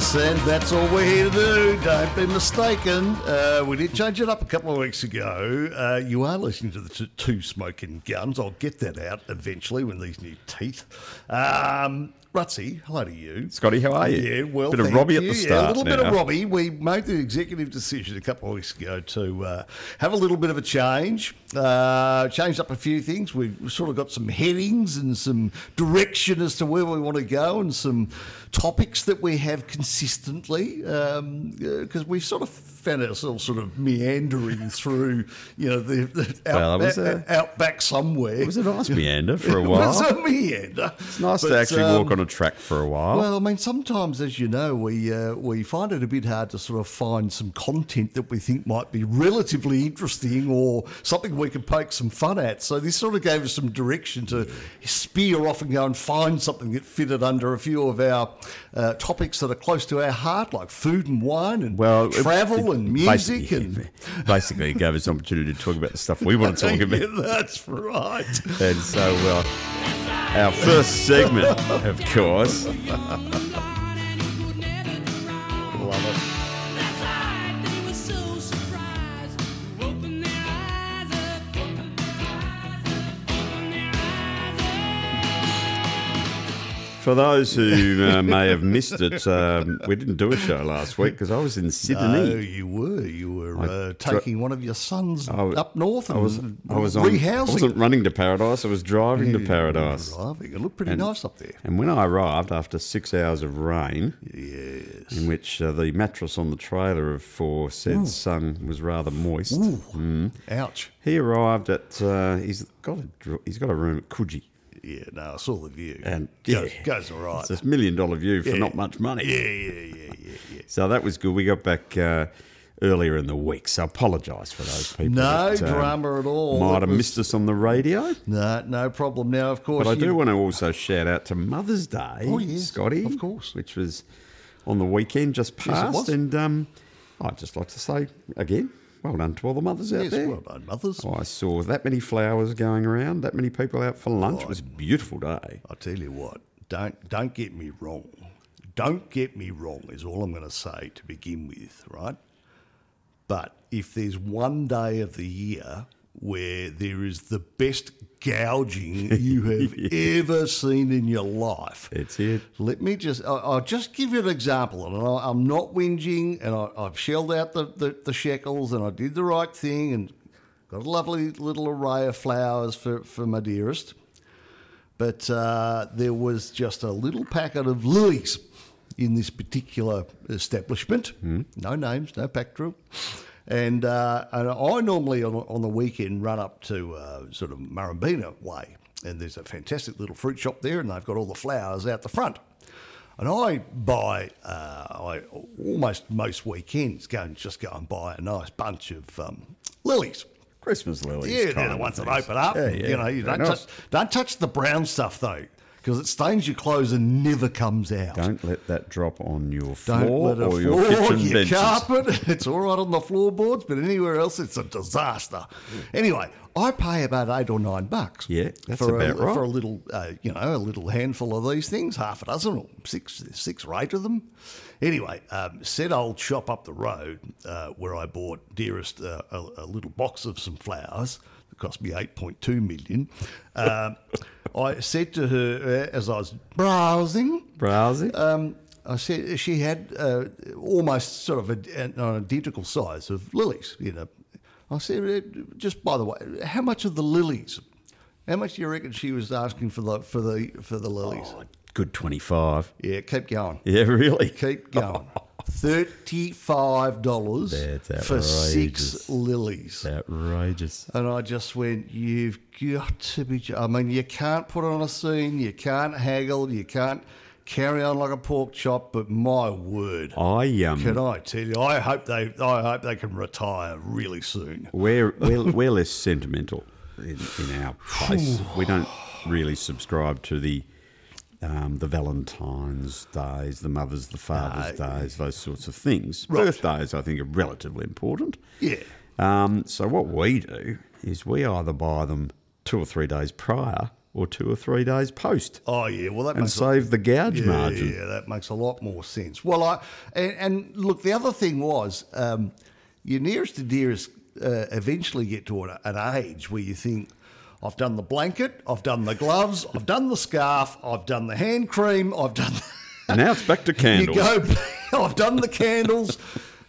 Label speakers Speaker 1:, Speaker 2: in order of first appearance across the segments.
Speaker 1: said that's all we're here to do. Don't be mistaken. Uh, we did change it up a couple of weeks ago. Uh, you are listening to the t- two smoking guns. I'll get that out eventually when these new teeth. Um, Rutsy, hello to you.
Speaker 2: Scotty, how are you?
Speaker 1: Yeah, well,
Speaker 2: bit of
Speaker 1: thank
Speaker 2: Robbie
Speaker 1: you.
Speaker 2: at the
Speaker 1: Yeah,
Speaker 2: start.
Speaker 1: a little bit
Speaker 2: now.
Speaker 1: of Robbie. We made the executive decision a couple of weeks ago to uh, have a little bit of a change. Uh, changed up a few things. We've sort of got some headings and some direction as to where we want to go, and some topics that we have consistently. um, Because we've sort of found ourselves sort of meandering through, you know, the, the out,
Speaker 2: Well, it was a-
Speaker 1: out back somewhere.
Speaker 2: It was a nice meander for a
Speaker 1: It
Speaker 2: while.
Speaker 1: was a meander.
Speaker 2: it's nice to
Speaker 1: But,
Speaker 2: actually
Speaker 1: um,
Speaker 2: walk on a track for a while.
Speaker 1: well, I mean, sometimes, as you know, we uh, we find it a bit hard to sort of find some content that we think might be relatively interesting or something we can poke some fun at. So this sort of gave us some direction to spear off and go and find something that fitted under a few of our uh, topics that are close to our heart, like food and wine and
Speaker 2: Well, it-
Speaker 1: travel
Speaker 2: it
Speaker 1: and music
Speaker 2: basically-
Speaker 1: and.
Speaker 2: basically it gave us an opportunity to talk about the stuff we want to talk about.
Speaker 1: Yeah, that's right.
Speaker 2: And so, uh, our first segment, of course,
Speaker 1: Love
Speaker 2: for those who uh, may have missed it, um, we didn't do a show last week because I was in
Speaker 1: it. No,
Speaker 2: Sydney.
Speaker 1: Oh, you were you were uh, taking one of your sons
Speaker 2: w-
Speaker 1: up north and
Speaker 2: I was, I was on. I
Speaker 1: rehousing.
Speaker 2: wasn't running to paradise. I was driving to paradise.
Speaker 1: Driving. It looked pretty nice up there.
Speaker 2: And when I arrived after six hours of rain,
Speaker 1: Yes.
Speaker 2: in which uh, the mattress on the trailer of for said son was rather moist, Mm-hmm.
Speaker 1: Ouch.
Speaker 2: he arrived at. Uh, he's got a dr- he's got a room at Coogee.
Speaker 1: Yeah, no, I saw the view.
Speaker 2: And-
Speaker 1: goes,
Speaker 2: yeah.
Speaker 1: goes all right.
Speaker 2: It's a million dollar view for
Speaker 1: Yeah.
Speaker 2: not much money.
Speaker 1: yeah, yeah, yeah, yeah, yeah.
Speaker 2: So that was good. We got back uh, earlier in the week, so I apologise for those people.
Speaker 1: No
Speaker 2: that, um,
Speaker 1: drama at all.
Speaker 2: Might
Speaker 1: It
Speaker 2: have
Speaker 1: was-
Speaker 2: missed us on the radio.
Speaker 1: No, no problem. Now, of course,
Speaker 2: But I
Speaker 1: you-
Speaker 2: do want to also shout out to Mother's Day,
Speaker 1: Oh, yes,
Speaker 2: Scotty.
Speaker 1: of course.
Speaker 2: Which was on the weekend just
Speaker 1: it
Speaker 2: past.
Speaker 1: was.
Speaker 2: And um, I'd just like to say again, well done to all the mothers out
Speaker 1: Yes,
Speaker 2: there.
Speaker 1: well done, mothers.
Speaker 2: I saw that many flowers going around, that many people out for lunch. It was a beautiful day.
Speaker 1: I'll tell you what. Don't don't get me wrong. Don't get me wrong is all I'm going to say to begin with, right? But if there's one day of the year where there is the best gouging you have ever seen in your life,
Speaker 2: It's it.
Speaker 1: let me just, I- I'll just give you an example. And I- I'm not whinging, and I- I've shelled out the, the, the shekels, and I did the right thing, and got a lovely little array of flowers for, for my dearest. But uh, there was just a little packet of lilies in this particular establishment. No names, no pack drill. And, uh, and I normally on, on the weekend run up to uh, sort of Murrumbina Way, and there's a fantastic little fruit shop there, and they've got all the flowers out the front. And I buy, uh, I almost most weekends go and just go and buy a nice bunch of um, lilies.
Speaker 2: Christmas lilies.
Speaker 1: Yeah, they're
Speaker 2: kind
Speaker 1: the
Speaker 2: of
Speaker 1: ones that
Speaker 2: things.
Speaker 1: open up.
Speaker 2: Yeah,
Speaker 1: you
Speaker 2: yeah,
Speaker 1: know, you
Speaker 2: very
Speaker 1: don't
Speaker 2: nice.
Speaker 1: touch, don't touch the brown stuff though, because it stains your clothes and never comes out.
Speaker 2: Don't let that drop on your
Speaker 1: Don't
Speaker 2: floor
Speaker 1: let it
Speaker 2: or your
Speaker 1: floor,
Speaker 2: kitchen
Speaker 1: your
Speaker 2: benches.
Speaker 1: carpet. It's all right on the floorboards, but anywhere else, it's a disaster. Anyway, I pay about eight or nine bucks.
Speaker 2: Yeah, that's
Speaker 1: for
Speaker 2: about
Speaker 1: a,
Speaker 2: right.
Speaker 1: for a little, uh, you know, a little handful of these things, half a dozen or six, six or eight of them. Anyway, um, said old shop up the road uh, where I bought dearest uh, a, a little box of some flowers. that Cost me eight point two million. Um, I said to her uh, as I was browsing,
Speaker 2: Browsing.
Speaker 1: um, I said she had uh, almost sort of a, an identical size of lilies. You know, I said, "Uh, just by the way, how much are the lilies? How much do you reckon she was asking for the for the for the lilies?
Speaker 2: Good 25.
Speaker 1: Yeah, keep going,
Speaker 2: Oh, Yeah, really.
Speaker 1: keep going. Thirty-five dollars
Speaker 2: That's
Speaker 1: for
Speaker 2: outrageous.
Speaker 1: six lilies.
Speaker 2: Outrageous.
Speaker 1: And I just went, you've got to be. j- I mean, you can't put on a scene, you can't haggle, you can't carry on like a pork chop. But my word,
Speaker 2: I um
Speaker 1: can I tell you? I hope they, I hope they can retire really soon.
Speaker 2: we're we're, we're less sentimental in, in our place. we don't really subscribe to the um, the Valentine's days, the mothers, the fathers' days, those sorts of things. Birthdays, I think, are relatively important.
Speaker 1: Yeah,
Speaker 2: Um, so what we do is we either buy them two or three days prior, or two or three days post
Speaker 1: Oh yeah, well that
Speaker 2: and
Speaker 1: makes a-
Speaker 2: save the gouge
Speaker 1: yeah,
Speaker 2: margin.
Speaker 1: Yeah, that makes a lot more sense. Well, I and, and look, the other thing was um, your nearest to dearest uh, eventually get to an, an age where you think. I've done the blanket, I've done the gloves, I've done the scarf, I've done the hand cream, I've done
Speaker 2: And now it's back to
Speaker 1: you
Speaker 2: candles.
Speaker 1: go. "Oh, I've done the candles,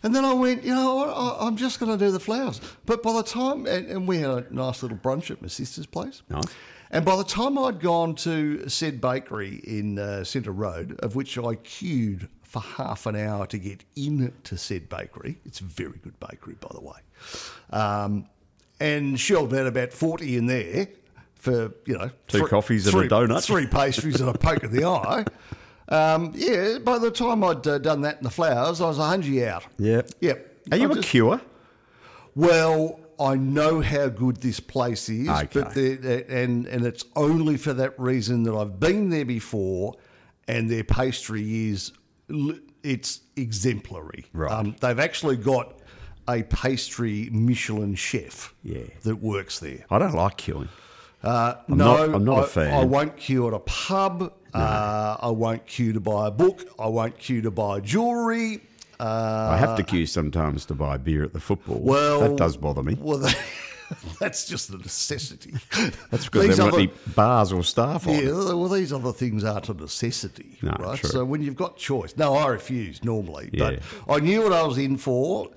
Speaker 1: and then I went. You know, I, I, I'm just going to do the flowers. But by the time, and, and we had a nice little brunch at my sister's place.
Speaker 2: Nice.
Speaker 1: And by the time I'd gone to said bakery in uh, Centre Road, of which I queued for half an hour to get in to said bakery. It's a very good bakery, by the way. Um, and shelled out about forty in there for you know
Speaker 2: Two coffees and a donut.
Speaker 1: three pastries and a poke in the eye. Um, yeah, by the time i had uh, done that and the flowers, I was a hungy out.
Speaker 2: Yep.
Speaker 1: Yep.
Speaker 2: Are you
Speaker 1: I
Speaker 2: a
Speaker 1: just-
Speaker 2: cure?
Speaker 1: Well, I know how good this place is, but
Speaker 2: Okay.
Speaker 1: the, and and it's only for that reason that I've been there before, and their pastry is l- it's exemplary. Um,
Speaker 2: Right.
Speaker 1: they've actually got a pastry Michelin chef
Speaker 2: Yeah.
Speaker 1: that works there.
Speaker 2: I don't like queuing.
Speaker 1: I'm
Speaker 2: not- I'm not
Speaker 1: I,
Speaker 2: a fan.
Speaker 1: I won't queue at a pub. Uh, I won't queue to buy a book. I won't queue to buy jewellery. Uh,
Speaker 2: I have to queue sometimes to buy beer at the football.
Speaker 1: well,
Speaker 2: that does bother me.
Speaker 1: Well, that- that's just a necessity.
Speaker 2: That's because there
Speaker 1: other,
Speaker 2: haven't any bars or staff on.
Speaker 1: yeah, well, these other things aren't a necessity,
Speaker 2: No,
Speaker 1: right?
Speaker 2: true.
Speaker 1: So when you've got choice, no, I refuse normally,
Speaker 2: Yeah.
Speaker 1: but I knew what I was in for.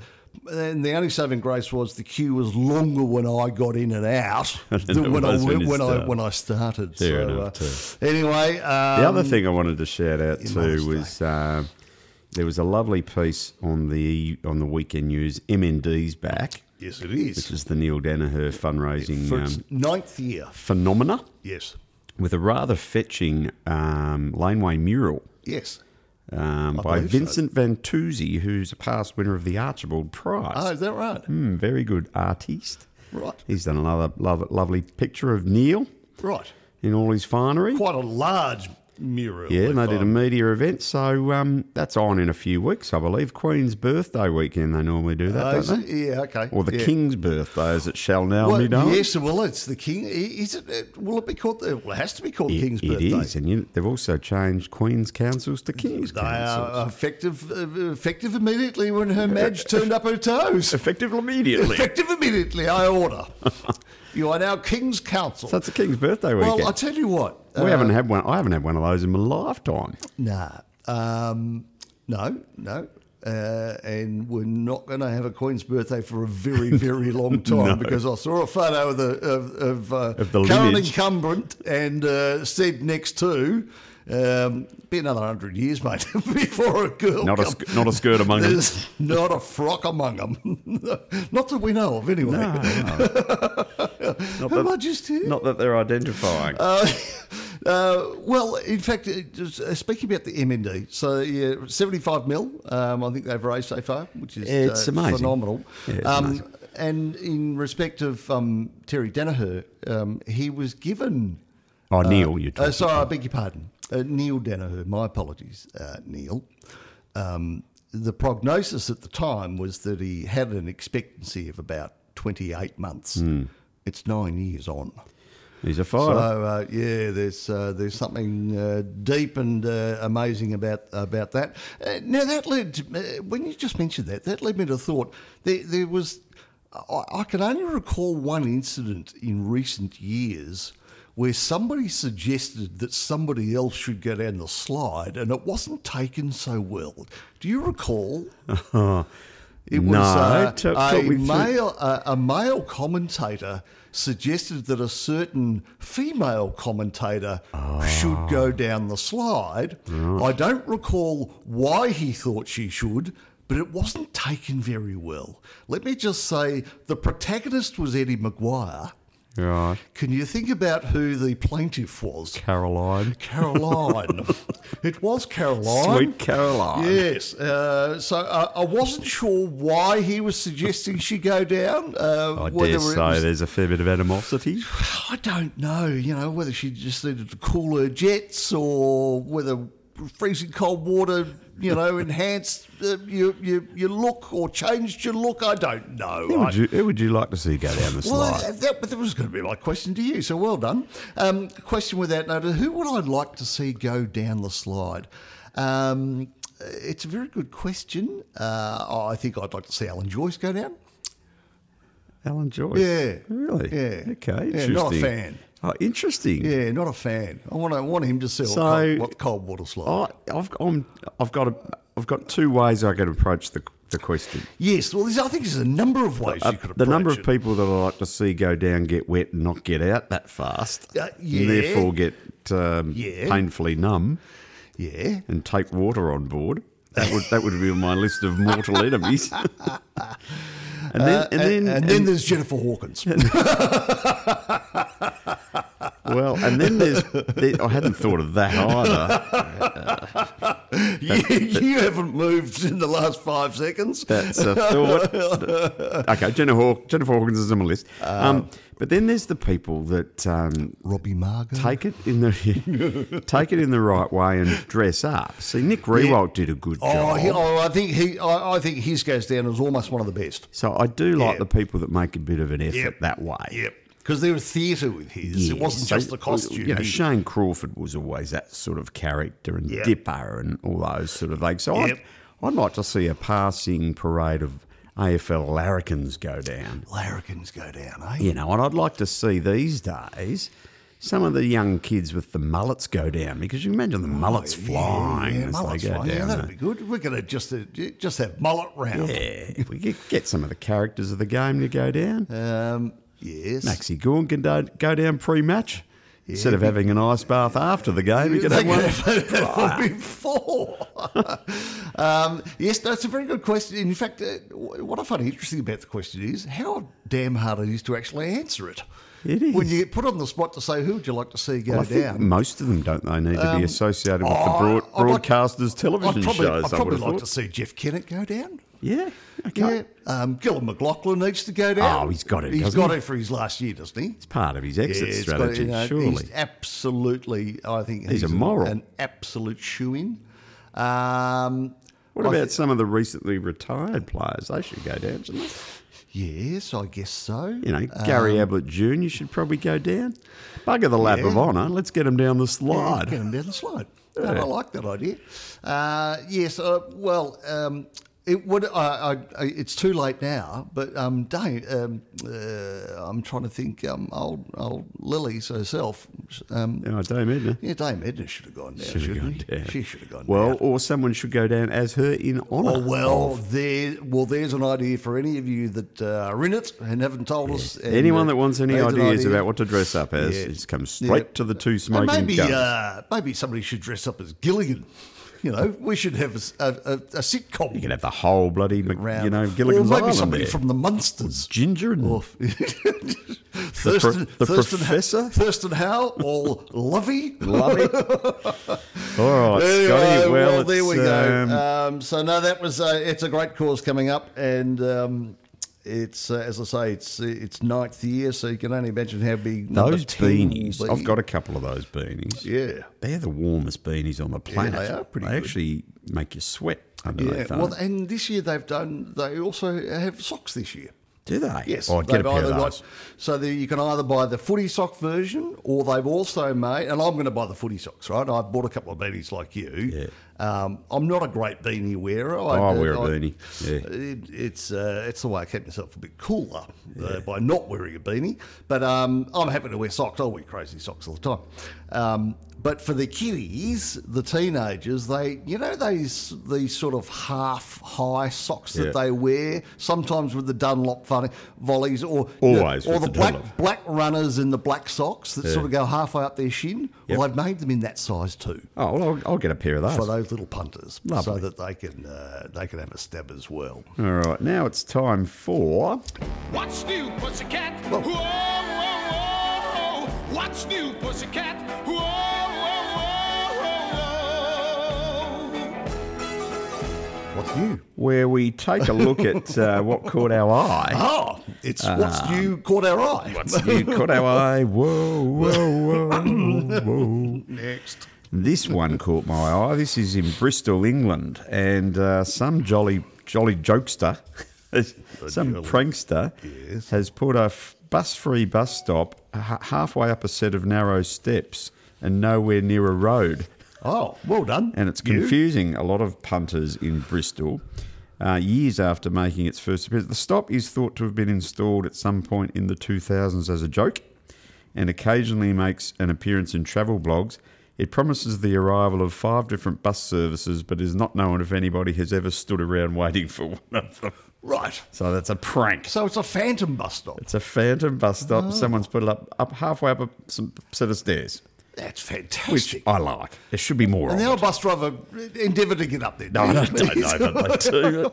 Speaker 1: And the only saving grace was the queue was longer when I got in and out
Speaker 2: it
Speaker 1: than when I
Speaker 2: was when
Speaker 1: when,
Speaker 2: you
Speaker 1: I
Speaker 2: started.
Speaker 1: when I started. so,
Speaker 2: Fair enough,
Speaker 1: uh, anyway, um, eh?
Speaker 2: The other thing I wanted to shout out
Speaker 1: Mother's
Speaker 2: to was um there was a lovely piece on the on the weekend news. MND's back,
Speaker 1: yes, it is.
Speaker 2: which is the Neil Danaher fundraising
Speaker 1: for its
Speaker 2: um,
Speaker 1: ninth year.
Speaker 2: phenomena,
Speaker 1: Yes,
Speaker 2: with a rather fetching um, laneway mural
Speaker 1: yes.
Speaker 2: um, by
Speaker 1: believe so.
Speaker 2: Vincent Vantuzzi, who's a past winner of the Archibald Prize.
Speaker 1: Oh, is that right?
Speaker 2: Hmm, very good artiste.
Speaker 1: Right,
Speaker 2: He's done another lov lovely picture of Neil
Speaker 1: right.
Speaker 2: in all his finery.
Speaker 1: Quite a large mural.
Speaker 2: Yeah, and they
Speaker 1: if
Speaker 2: did a
Speaker 1: I'm-
Speaker 2: media event, so um, that's on in a few weeks, I believe. Queen's birthday weekend, they normally do that,
Speaker 1: Oh, is
Speaker 2: don't they?
Speaker 1: it? Yeah, okay.
Speaker 2: Or the
Speaker 1: yeah.
Speaker 2: King's birthday, as it shall now
Speaker 1: Well,
Speaker 2: be known.
Speaker 1: yes, well, it's the king. i- Is it- it? Will it be called? the- Well, it has to be called
Speaker 2: It-
Speaker 1: King's
Speaker 2: it
Speaker 1: birthday.
Speaker 2: is, and you, they've also changed Queen's councils to King's
Speaker 1: They
Speaker 2: councils.
Speaker 1: are effective, uh, effective immediately when Her Madge turned up her toes.
Speaker 2: Effective immediately.
Speaker 1: Effective immediately, I order. you are now King's Council.
Speaker 2: so it's a King's birthday weekend.
Speaker 1: well, I tell you uh, what.
Speaker 2: we haven't had one. I haven't had one of those in my lifetime.
Speaker 1: Nah. Um, no, no. Uh, and we're not going to have a Queen's birthday for a very, very long time because I saw a photo of the of, of, uh,
Speaker 2: Of the
Speaker 1: current
Speaker 2: lineage.
Speaker 1: incumbent and uh, said next to. Um, be another hundred years, mate, before a girl.
Speaker 2: Not a
Speaker 1: Oh, come-
Speaker 2: sk- not a skirt among them.
Speaker 1: There's not a frock among them. not that we know of, anyway.
Speaker 2: Not
Speaker 1: Am I
Speaker 2: that,
Speaker 1: just here?
Speaker 2: not that they're identifying.
Speaker 1: Uh, uh, well, in fact, it- just, uh, speaking about the MND, so yeah, 75 mil, um, I think they've raised so far, which is
Speaker 2: Yeah, it's
Speaker 1: uh,
Speaker 2: amazing.
Speaker 1: phenomenal.
Speaker 2: Yeah, it's
Speaker 1: um,
Speaker 2: amazing.
Speaker 1: And in respect of um, Terry Danaher, um, he was given.
Speaker 2: oh, Neil, you're talking.
Speaker 1: Uh, sorry, I beg your pardon. Uh, Neil Danaher, my apologies, uh, Neil. Um, the prognosis at the time was that he had an expectancy of about 28 months.
Speaker 2: Hmm.
Speaker 1: It's nine years on.
Speaker 2: He's a fighter.
Speaker 1: So uh, yeah, there's uh, there's something uh, deep and uh, amazing about about that. Uh, now that led to, uh, when you just mentioned that that led me to thought there there was I, I can only recall one incident in recent years where somebody suggested that somebody else should go down the slide and it wasn't taken so well. Do you recall? It
Speaker 2: No,
Speaker 1: was uh,
Speaker 2: t- talk
Speaker 1: a
Speaker 2: me through.
Speaker 1: male a, a male commentator suggested that a certain female commentator should go down the slide. I don't recall why he thought she should, but it wasn't taken very well. Let me just say the protagonist was Eddie McGuire.
Speaker 2: right,
Speaker 1: Can you think about who the plaintiff was?
Speaker 2: Caroline.
Speaker 1: Caroline. it was Caroline.
Speaker 2: Sweet Caroline.
Speaker 1: Yes. Uh, so uh, I wasn't sure why he was suggesting she go down. Uh,
Speaker 2: I
Speaker 1: whether
Speaker 2: dare
Speaker 1: it
Speaker 2: say
Speaker 1: was-
Speaker 2: there's a fair bit of animosity.
Speaker 1: I don't know. You know whether she just needed to cool her jets or whether freezing cold water, you know, enhanced uh, your, your your look or changed your look. I don't know.
Speaker 2: Who
Speaker 1: I-
Speaker 2: would, you, who would you like to see go down the
Speaker 1: well,
Speaker 2: slide?
Speaker 1: that, that- but that was going to be my question to you. So well done. Um, question without notice: Who would I like to see go down the slide? Um, it's a very good question. Uh, I think I'd like to see Alan Joyce go down.
Speaker 2: Alan Joyce.
Speaker 1: Yeah.
Speaker 2: Really?
Speaker 1: Yeah.
Speaker 2: Okay.
Speaker 1: Yeah,
Speaker 2: Interesting.
Speaker 1: not a fan.
Speaker 2: Oh, interesting.
Speaker 1: Yeah, not a fan. I want I want him to sell
Speaker 2: So- Oh.
Speaker 1: cold, what cold water slide.
Speaker 2: I, I've, I'm, I've got a, I've got two ways I can approach the, the question.
Speaker 1: yes, well, there's, I think there's a number of ways
Speaker 2: Uh,
Speaker 1: you could approach
Speaker 2: the number of
Speaker 1: it.
Speaker 2: people that I like to see go down, get wet, and not get out that fast,
Speaker 1: Uh, yeah.
Speaker 2: and therefore get um,
Speaker 1: Yeah.
Speaker 2: painfully numb
Speaker 1: Yeah.
Speaker 2: and take water on board. That would that would be on my list of mortal enemies. and then, and then,
Speaker 1: Uh, And, then there's Jennifer Hawkins.
Speaker 2: well, and then there's. There, I hadn't thought of that either.
Speaker 1: you, you haven't moved in the last five seconds.
Speaker 2: That's a thought. okay, Jennifer, Haw- Jennifer Hawkins is on my list.
Speaker 1: Uh.
Speaker 2: Um, but then there's the people that um,
Speaker 1: Robbie Margot.
Speaker 2: take it in the take it in the right way and dress up. See, Nick Rewalt did a good
Speaker 1: Oh,
Speaker 2: job.
Speaker 1: he, oh, I think he. I, I think his goes down as almost one of the best.
Speaker 2: so I do like
Speaker 1: Yeah.
Speaker 2: the people that make a bit of an effort
Speaker 1: Yep.
Speaker 2: that way.
Speaker 1: because there was theatre with his.
Speaker 2: Yeah,
Speaker 1: It wasn't
Speaker 2: so,
Speaker 1: just the costume.
Speaker 2: You know,
Speaker 1: He-
Speaker 2: Shane Crawford was always that sort of character, and
Speaker 1: Yeah.
Speaker 2: Dipper, and all those sort of things. So
Speaker 1: Yep.
Speaker 2: I'd, I'd like to see a passing parade of AFL larrikins go down.
Speaker 1: larrikins go down, eh?
Speaker 2: You know, and I'd like to see these days some of the young kids with the mullets go down because you imagine the mullets flying
Speaker 1: Oh, yeah,
Speaker 2: as
Speaker 1: mullet's
Speaker 2: they go
Speaker 1: fine.
Speaker 2: down.
Speaker 1: Yeah,
Speaker 2: there.
Speaker 1: that'd be good. We're gonna just uh, j- just have mullet round.
Speaker 2: Yeah, if we get, get some of the characters of the game to go down.
Speaker 1: Um, yes.
Speaker 2: Maxi Gorn can do, go down pre-match. Instead of having an ice bath after the game, you can
Speaker 1: They
Speaker 2: have one.
Speaker 1: could have had one before. um, yes, that's a very good question. In fact, uh, what I find interesting about the question is how damn hard it is to actually answer it.
Speaker 2: It is.
Speaker 1: When you get put on the spot to say, who would you like to see go
Speaker 2: I think
Speaker 1: down?
Speaker 2: most of them don't. They need to be associated with
Speaker 1: oh,
Speaker 2: the broad,
Speaker 1: I'd like-
Speaker 2: broadcasters'
Speaker 1: I'd
Speaker 2: television
Speaker 1: probably,
Speaker 2: shows.
Speaker 1: I'd
Speaker 2: I
Speaker 1: probably
Speaker 2: would
Speaker 1: like
Speaker 2: have
Speaker 1: to
Speaker 2: thought.
Speaker 1: see Jeff Kennett go down.
Speaker 2: Yeah. Okay.
Speaker 1: Yeah. Um, Gillan McLaughlin needs to go down.
Speaker 2: Oh, he's got it,
Speaker 1: He's
Speaker 2: doesn't
Speaker 1: got
Speaker 2: he?
Speaker 1: it for his last year, doesn't he?
Speaker 2: It's part of his exit
Speaker 1: it's got-
Speaker 2: strategy,
Speaker 1: you know,
Speaker 2: surely.
Speaker 1: He's absolutely, I think
Speaker 2: He's a moral.
Speaker 1: an absolute shoe in. Um,
Speaker 2: What
Speaker 1: I
Speaker 2: about some of the recently retired players? They should go down, shouldn't they?
Speaker 1: Yes, I guess so. Uh,
Speaker 2: You know, Gary Ablett Jr. should probably go down. Bugger the lap of
Speaker 1: Um, Yeah.
Speaker 2: honour. Let's get him down the slide.
Speaker 1: Get him down the slide. No, I like that idea. Uh, yes, uh, well, um, it would. I, I, I, it's too late now, but um, Dave, um, uh, I'm trying to think. Um, old, old Lily's herself. Um,
Speaker 2: Oh, Dame Edna.
Speaker 1: yeah, Dame Edna should have gone down.
Speaker 2: Should have
Speaker 1: shouldn't
Speaker 2: gone
Speaker 1: he?
Speaker 2: down.
Speaker 1: She should have gone
Speaker 2: Well,
Speaker 1: down.
Speaker 2: or someone should go down as her in honour.
Speaker 1: Oh, well, there. Well, there's an idea for any of you that uh, are in it and haven't told us. and,
Speaker 2: Anyone
Speaker 1: uh,
Speaker 2: that wants any
Speaker 1: there's an
Speaker 2: ideas
Speaker 1: idea.
Speaker 2: about what to dress up as,
Speaker 1: Yeah.
Speaker 2: it's come straight
Speaker 1: Yeah.
Speaker 2: to the two
Speaker 1: And
Speaker 2: smoking
Speaker 1: maybe
Speaker 2: guns.
Speaker 1: uh, maybe somebody should dress up as Gilligan. You know, we should have a, s- a- a- a sitcom
Speaker 2: you can have the whole bloody, Mc-
Speaker 1: round.
Speaker 2: you know, Gilligan's
Speaker 1: or maybe
Speaker 2: Island
Speaker 1: somebody
Speaker 2: there.
Speaker 1: from the Munsters.
Speaker 2: Ginger and
Speaker 1: Or- Thurston,
Speaker 2: the
Speaker 1: Thurston,
Speaker 2: Professor?
Speaker 1: Thurston Howe, or Lovey.
Speaker 2: Lovey. All right,
Speaker 1: Anyway,
Speaker 2: Scotty. Well,
Speaker 1: well, there
Speaker 2: it's,
Speaker 1: we go.
Speaker 2: um,
Speaker 1: Um, so no, that was uh, it's a great cause coming up, and um, it's uh, as I say, it's it's ninth year, so you can only imagine how big number
Speaker 2: those
Speaker 1: 10 will
Speaker 2: beanies.
Speaker 1: be.
Speaker 2: I've got a couple of those beanies.
Speaker 1: yeah.
Speaker 2: They're the warmest beanies on the planet.
Speaker 1: they are pretty
Speaker 2: They
Speaker 1: good.
Speaker 2: actually make you sweat
Speaker 1: Yeah,
Speaker 2: underneath. Yeah,
Speaker 1: well, and this year they've done. They also have socks this year.
Speaker 2: do they?
Speaker 1: Yes,
Speaker 2: Oh, I'd get a
Speaker 1: they've
Speaker 2: pair of
Speaker 1: either
Speaker 2: those.
Speaker 1: got- so that you can either buy the footy sock version, or they've also made. And I'm going to buy the footy socks, right? I bought a couple of beanies like you. Yeah. Um, I'm not a great beanie wearer. I,
Speaker 2: Oh, I
Speaker 1: uh,
Speaker 2: wear a beanie. Yeah.
Speaker 1: It, it's uh, it's the way I kept myself a bit cooler uh, by not wearing a beanie. But um, I'm happy to wear socks. I wear crazy socks all the time. Um, but for the kiddies, the teenagers, they you know these these sort of half high socks that
Speaker 2: Yeah.
Speaker 1: they wear sometimes with the Dunlop funny volleys or
Speaker 2: Always
Speaker 1: or
Speaker 2: with
Speaker 1: the,
Speaker 2: the
Speaker 1: black
Speaker 2: Dunlop.
Speaker 1: black runners in the black socks that sort of go halfway up their shin. Well, they've made them in that size too
Speaker 2: Oh, well, I'll, I'll get a pair of those.
Speaker 1: for those little punters, so
Speaker 2: Lovely.
Speaker 1: that they can uh, they can have a stab as well.
Speaker 2: All right, now it's time for.
Speaker 3: What's new, pussycat? Whoa, whoa, whoa, whoa. What's new, pussycat? Whoa, whoa, whoa, whoa, whoa.
Speaker 1: What's new?
Speaker 2: Where we take a look at uh, what caught our eye.
Speaker 1: Oh, it's what's
Speaker 2: Ah.
Speaker 1: new caught our eye.
Speaker 2: You caught our eye. Whoa, whoa, whoa, whoa.
Speaker 1: next?
Speaker 2: This one caught my eye. This is in Bristol, England, and uh, some jolly jolly jokester, some
Speaker 1: jolly-
Speaker 2: prankster,
Speaker 1: Yes.
Speaker 2: has put a f- bus-free bus stop h- halfway up a set of narrow steps and nowhere near a road
Speaker 1: Oh, well done.
Speaker 2: and it's
Speaker 1: You.
Speaker 2: confusing a lot of punters in Bristol. Uh, years after making its first appearance, the stop is thought to have been installed at some point in the 2000s as a joke, and occasionally makes an appearance in travel blogs. It promises the arrival of five different bus services, but is not known if anybody has ever stood around waiting for one of them.
Speaker 1: Right.
Speaker 2: So that's a prank. Oh.
Speaker 1: So it's a phantom bus stop.
Speaker 2: It's a phantom bus stop. Someone's put it up, up halfway up a some set of stairs,
Speaker 1: That's
Speaker 2: which
Speaker 1: fantastic.
Speaker 2: I like. There should be more.
Speaker 1: and
Speaker 2: of
Speaker 1: the
Speaker 2: it.
Speaker 1: old bus driver endeavoured to get up there.
Speaker 2: No, Oh, I
Speaker 1: didn't
Speaker 2: don't, don't
Speaker 1: he?
Speaker 2: know, but they do.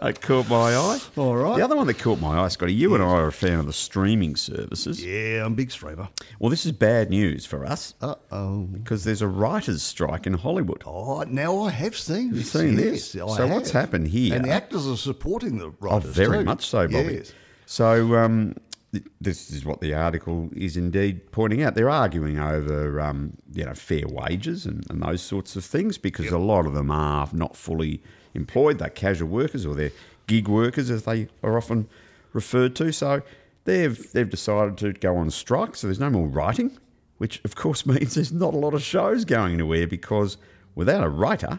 Speaker 2: That caught my eye.
Speaker 1: All right.
Speaker 2: The other one that caught my eye, Scotty, you and I are a fan of the streaming services.
Speaker 1: yeah, I'm a big streamer.
Speaker 2: Well, this is bad news for us
Speaker 1: Uh-oh.
Speaker 2: because there's a writer's strike in Hollywood.
Speaker 1: Oh, now I have seen this.
Speaker 2: seen
Speaker 1: yes,
Speaker 2: this?
Speaker 1: I
Speaker 2: So what's
Speaker 1: have.
Speaker 2: happened here-
Speaker 1: And the actors are supporting the
Speaker 2: Oh,
Speaker 1: writers.
Speaker 2: very
Speaker 1: too.
Speaker 2: much so, Bobby.
Speaker 1: Yes.
Speaker 2: So, um, th- this is what the article is indeed pointing out. They're arguing over, um, you know, fair wages and, and those sorts of things because a lot of them are not fully employed. They're casual workers or they're gig workers, as they are often referred to. So, they've they've decided to go on strike. So there's no more writing, which of course means there's not a lot of shows going anywhere because without a writer,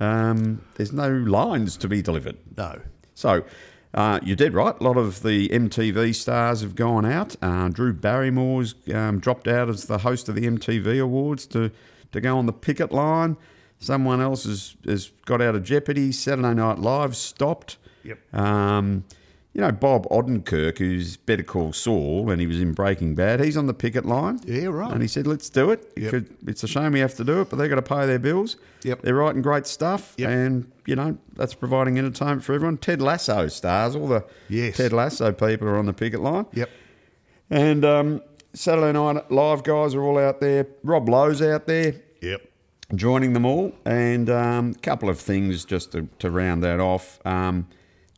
Speaker 2: um, there's no lines to be delivered.
Speaker 1: No.
Speaker 2: So uh, you're dead right. A lot of the MTV stars have gone out. Uh, Drew Barrymore's um, dropped out as the host of the MTV Awards to, to go on the picket line. Someone else has, has got out of Jeopardy. Saturday Night Live stopped.
Speaker 1: Yep.
Speaker 2: Um, you know, Bob Odenkirk, who's better called Saul, and he was in Breaking Bad, he's on the picket line.
Speaker 1: Yeah, right.
Speaker 2: And he said, let's do it. It
Speaker 1: Yep.
Speaker 2: could- it's a shame we have to do it, but they've got to pay their bills.
Speaker 1: Yep.
Speaker 2: They're writing great stuff.
Speaker 1: Yep.
Speaker 2: And, you know, that's providing entertainment for everyone. Ted Lasso stars. All the
Speaker 1: Yes.
Speaker 2: Ted Lasso people are on the picket line.
Speaker 1: Yep.
Speaker 2: And um, Saturday Night Live guys are all out there. Rob Lowe's out there
Speaker 1: Yep.
Speaker 2: joining them all. And um, a couple of things just to, to round that off. Um,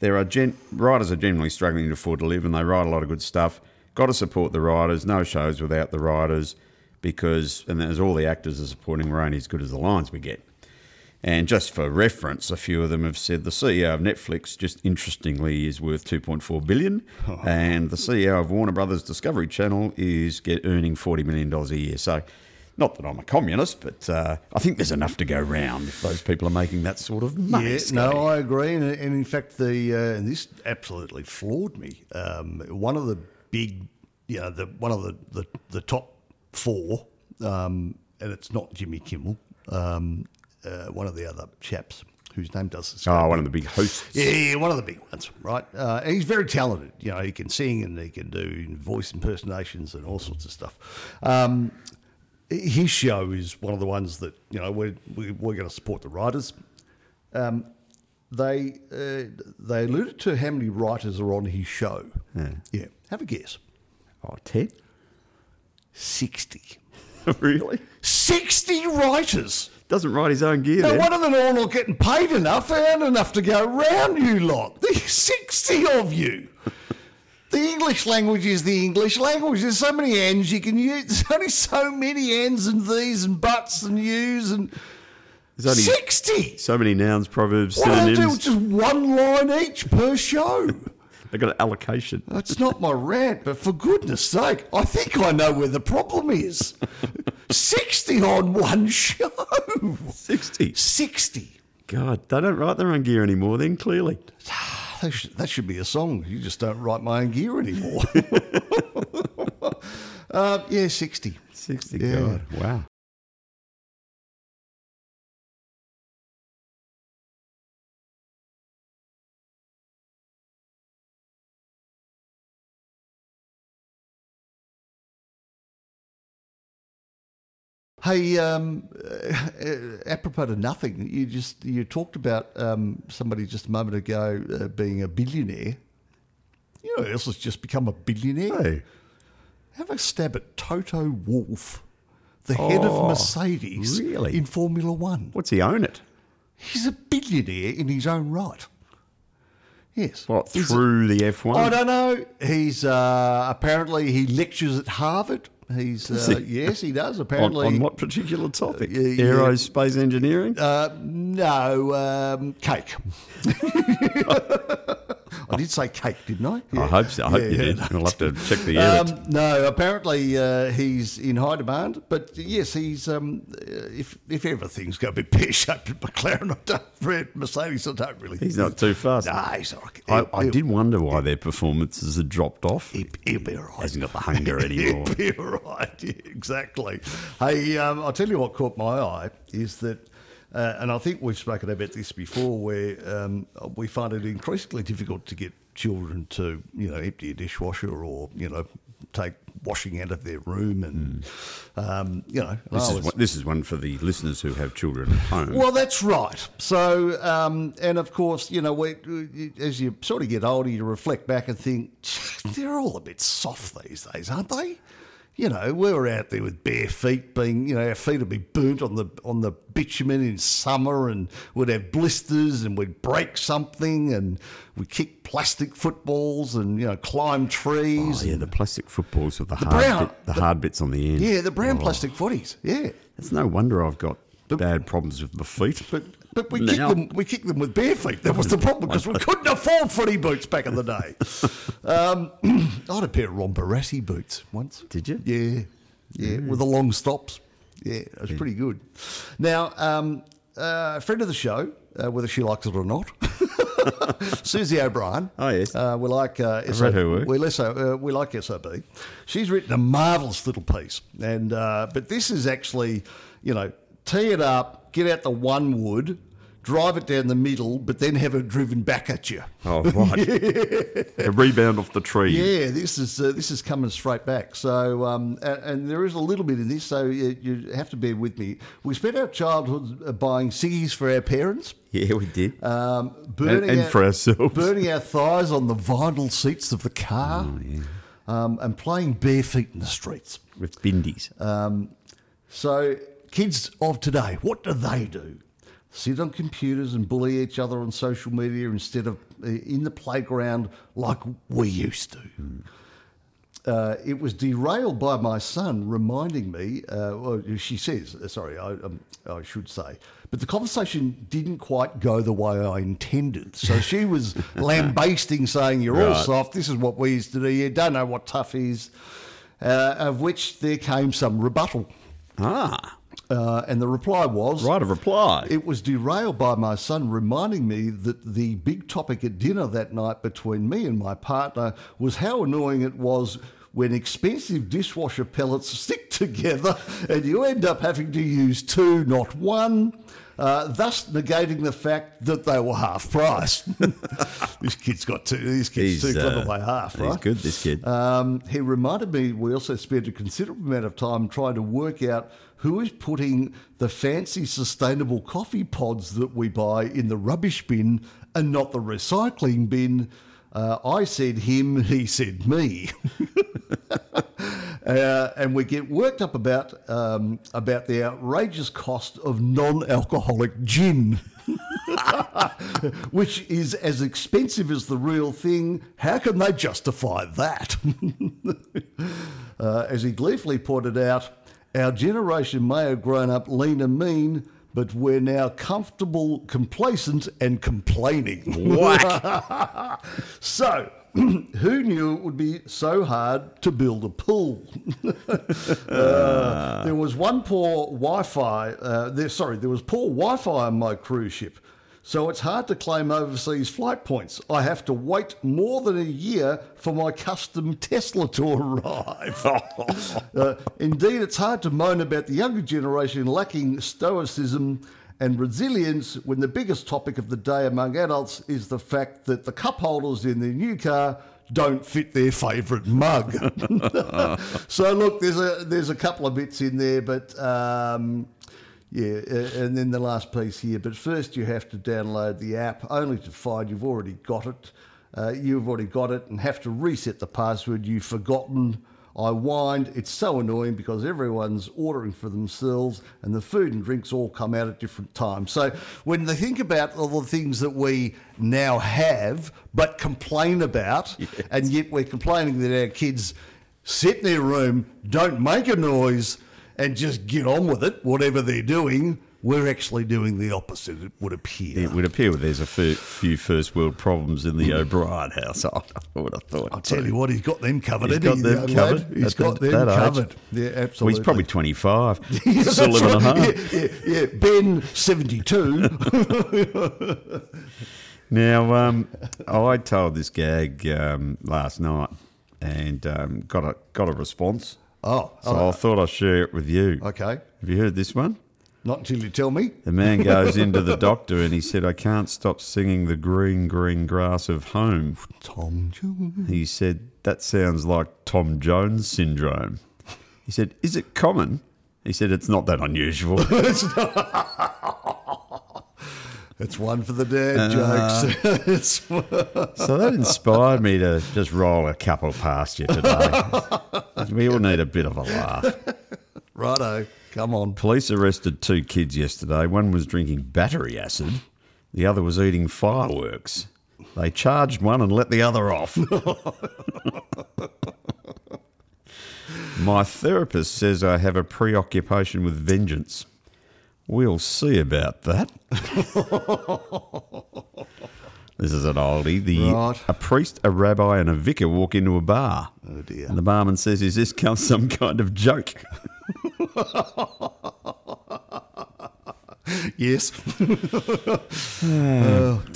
Speaker 2: there are gen- writers are generally struggling to afford to live, and they write a lot of good stuff. Got to support the writers. No shows without the writers, because and as all the actors are supporting, we're only as good as the lines we get. And just for reference, a few of them have said the CEO of Netflix, just interestingly, is worth 2.4 billion,
Speaker 1: Oh.
Speaker 2: and the CEO of Warner Brothers Discovery Channel is get earning 40 million dollars a year. So, not that I'm a communist, but uh, I think there's enough to go round if those people are making that sort of money.
Speaker 1: Yeah,
Speaker 2: Scotty.
Speaker 1: no, I agree, and, and in fact, the uh, and this absolutely floored me. Um, one of the big, you know, the one of the the, the top four, um, and it's not Jimmy Kimmel, um, uh, one of the other chaps whose name does this.
Speaker 2: Oh, one of the big hosts.
Speaker 1: Yeah, yeah, one of the big ones, right? Uh, and he's very talented. You know, he can sing and he can do voice impersonations and all sorts of stuff. Um, his show is one of the ones that you know we're we, we're going to support the writers. Um, they uh, they alluded to how many writers are on his show. Yeah, have a guess.
Speaker 2: Oh, Ted?
Speaker 1: Sixty.
Speaker 2: really?
Speaker 1: 60 writers.
Speaker 2: Doesn't write his own gear.
Speaker 1: Now,
Speaker 2: then.
Speaker 1: one of them all not getting paid enough, they earn enough to go round you lot. There's 60 of you. The English language is the English language. There's so many ands you can use. There's only so many ands and these and buts and yous and
Speaker 2: There's only
Speaker 1: 60.
Speaker 2: so many nouns, proverbs,
Speaker 1: Why do I do
Speaker 2: synonyms.
Speaker 1: just one line each per show?
Speaker 2: They've got an allocation.
Speaker 1: That's not my rant, but for goodness sake, I think I know where the problem is. 60 on one show.
Speaker 2: 60.
Speaker 1: 60.
Speaker 2: God, they don't write their own gear anymore then, clearly.
Speaker 1: That should, that should be a song. You just don't write my own gear anymore. uh, yeah, 60.
Speaker 2: 60,
Speaker 1: Yeah.
Speaker 2: God, wow.
Speaker 1: Hey, um, uh, apropos to nothing, you just you talked about um, somebody just a moment ago uh, being a billionaire. You know who else has just become a billionaire?
Speaker 2: Hey.
Speaker 1: Have a stab at Toto Wolf, the head of
Speaker 2: Oh,
Speaker 1: Mercedes
Speaker 2: really?
Speaker 1: in Formula One.
Speaker 2: What's he own it?
Speaker 1: He's a billionaire in his own right. Yes.
Speaker 2: What,
Speaker 1: He's a-
Speaker 2: through the F1?
Speaker 1: I don't know. He's uh, apparently he lectures at Harvard. He's
Speaker 2: Does
Speaker 1: uh,
Speaker 2: he?
Speaker 1: yes, he does
Speaker 2: On,
Speaker 1: apparently.
Speaker 2: on what particular topic?
Speaker 1: Uh, yeah, yeah.
Speaker 2: Aerospace engineering?
Speaker 1: Uh, no, um, cake. I did say cake, didn't I?
Speaker 2: I hope so. I hope you did. We'll have to check the air.
Speaker 1: Um, no, apparently uh, he's in high demand, but yes, he's. Um, uh, if if everything's going to be pear shaped at McLaren, I don't, Fred Mercedes, I don't really.
Speaker 2: He's not too fast.
Speaker 1: No, he's all right.
Speaker 2: I,
Speaker 1: He'll-
Speaker 2: I
Speaker 1: he'll-
Speaker 2: did wonder why their performances had dropped off.
Speaker 1: He'll, he'll be all right.
Speaker 2: Hasn't got the hunger anymore.
Speaker 1: You'd be right, yeah, exactly. Hey, um, I'll tell you what caught my eye is that, uh, and I think we've spoken about this before, where um, we find it increasingly difficult to get children to, you know, empty a dishwasher or, you know, take washing out of their room and, um, you know. and I
Speaker 2: Hmm. This is,
Speaker 1: was-
Speaker 2: one, this is one for the listeners who have children at home.
Speaker 1: well, that's right. So, um, and of course, you know, we, as you sort of get older, you reflect back and think, "Gee, they're all a bit soft these days, aren't they? You know, we were out there with bare feet, being you know our feet would be burnt on the on the bitumen in summer, and we'd have blisters, and we'd break something, and we kick plastic footballs, and you know climb trees.
Speaker 2: Oh, yeah, the plastic footballs with the, hard
Speaker 1: brown-
Speaker 2: bit, the, hard bits on the end.
Speaker 1: yeah, the
Speaker 2: Oh.
Speaker 1: brown plastic footies. Yeah,
Speaker 2: It's no wonder I've got bad problems with my feet.
Speaker 1: But but we kicked
Speaker 2: Now-
Speaker 1: them we kicked them with bare feet. That was the problem because we couldn't afford footy boots back in the day. Um, I had a pair of Ron Barassi boots once.
Speaker 2: Did you?
Speaker 1: Yeah, yeah, with the long stops. Yeah, it was pretty good. Now, um, uh, a friend of the show, uh, whether she likes it or not, Susie O'Brien.
Speaker 2: Oh, yes.
Speaker 1: Uh, we like uh, SOB.
Speaker 2: read her work.
Speaker 1: We, less, uh, we like SOB. She's written a marvellous little piece, and uh, but this is actually, you know, tee it up, get out the one wood, drive it down the middle, but then have it driven back at you.
Speaker 2: Oh, right. A rebound off the tree.
Speaker 1: Yeah, this is uh, this is coming straight back. So, um, and, and there is a little bit in this, so you, you have to bear with me. We spent our childhood uh, buying ciggies for our parents,
Speaker 2: Yeah, we did.
Speaker 1: um, burning
Speaker 2: and
Speaker 1: our,
Speaker 2: for ourselves.
Speaker 1: burning our thighs on the vinyl seats of the car,
Speaker 2: Oh,
Speaker 1: um, and playing bare feet in the streets.
Speaker 2: with bindies.
Speaker 1: So, kids of today, what do they do? Sit on computers and bully each other on social media instead of uh, in the playground like we used to. Uh, it was derailed by my son reminding me, uh, well, she says, uh, sorry, I, um, I should say, but the conversation didn't quite go the way I intended. So she was lambasting, saying, You're all
Speaker 2: Right.
Speaker 1: soft, this is what we used to do, you don't know what tough is. Uh, of which there came some rebuttal.
Speaker 2: ah,
Speaker 1: Uh, and the reply was
Speaker 2: right of reply.
Speaker 1: It was derailed by my son reminding me that the big topic at dinner that night between me and my partner was how annoying it was when expensive dishwasher pellets stick together and you end up having to use two, not one. Uh, thus negating the fact that they were half price. this kid's got two. This kid's too clever
Speaker 2: uh,
Speaker 1: by half,
Speaker 2: he's
Speaker 1: right?
Speaker 2: good, this kid.
Speaker 1: Um, he reminded me we also spent a considerable amount of time trying to work out who is putting the fancy sustainable coffee pods that we buy in the rubbish bin and not the recycling bin. Uh, I said him, he said me. Uh, and we get worked up about um, about the outrageous cost of non-alcoholic gin, which is as expensive as the real thing. How can they justify that? uh, as he gleefully pointed out, our generation may have grown up lean and mean. But we're now comfortable, complacent, and complaining.
Speaker 2: Whack.
Speaker 1: So, who knew it would be so hard to build a pool? Uh, there was one poor Wi-Fi. Uh, there, sorry, there was poor Wi-Fi on my cruise ship, so it's hard to claim overseas flight points. I have to wait more than a year for my custom Tesla to arrive. Uh, indeed, it's hard to moan about the younger generation lacking stoicism and resilience when the biggest topic of the day among adults is the fact that the cup holders in their new car don't fit their favourite mug. so look, there's a there's a couple of bits in there, but. Um, yeah, a- and then the last piece here. But first, you have to download the app, only to find you've already got it. Uh, you've already got it, and have to reset the password you've forgotten. I whined. It's so annoying because everyone's ordering for themselves, and the food and drinks all come out at different times. So when they think about all the things that we now have but complain about, and yet we're complaining that our kids sit in their room, don't make a noise, and just get on with it, whatever they're doing. We're actually doing the opposite, it would appear.
Speaker 2: It would appear there's a fe- few first world problems in the O'Brien household. I would have thought.
Speaker 1: Hmm. I'll tell you what, he's got them covered.
Speaker 2: He's
Speaker 1: hasn't
Speaker 2: got
Speaker 1: he,
Speaker 2: them
Speaker 1: young
Speaker 2: covered
Speaker 1: Lad? He's
Speaker 2: at
Speaker 1: got
Speaker 2: that-
Speaker 1: them
Speaker 2: that age.
Speaker 1: covered. Yeah,
Speaker 2: Well,
Speaker 1: absolutely.
Speaker 2: he's probably 25.
Speaker 1: That's
Speaker 2: still living at
Speaker 1: right.
Speaker 2: home.
Speaker 1: Yeah, yeah, yeah. Ben, 72.
Speaker 2: Now, um, I told this gag um, last night and um, got a got a response.
Speaker 1: oh,
Speaker 2: So I thought I'd share it with you.
Speaker 1: okay.
Speaker 2: Have you heard this one?
Speaker 1: Not until you tell me.
Speaker 2: The man goes into the doctor and he said, I can't stop singing the green, green grass of home.
Speaker 1: Tom Jones.
Speaker 2: He said, That sounds like Tom Jones syndrome. He said, Is it common? He said, It's not that unusual.
Speaker 1: It's one for the dad
Speaker 2: Uh,
Speaker 1: jokes. It's-
Speaker 2: so that inspired me to just roll a couple past you today. we all need a bit of a laugh.
Speaker 1: righto. Come on.
Speaker 2: Police arrested two kids yesterday. One was drinking battery acid, the other was eating fireworks. They charged one and let the other off. My therapist says I have a preoccupation with vengeance. We'll see about that. this is an oldie. The
Speaker 1: Right.
Speaker 2: a priest, a rabbi, and a vicar walk into a bar.
Speaker 1: Oh, dear.
Speaker 2: And the barman says, "Is this come some kind of joke?"
Speaker 1: Yes.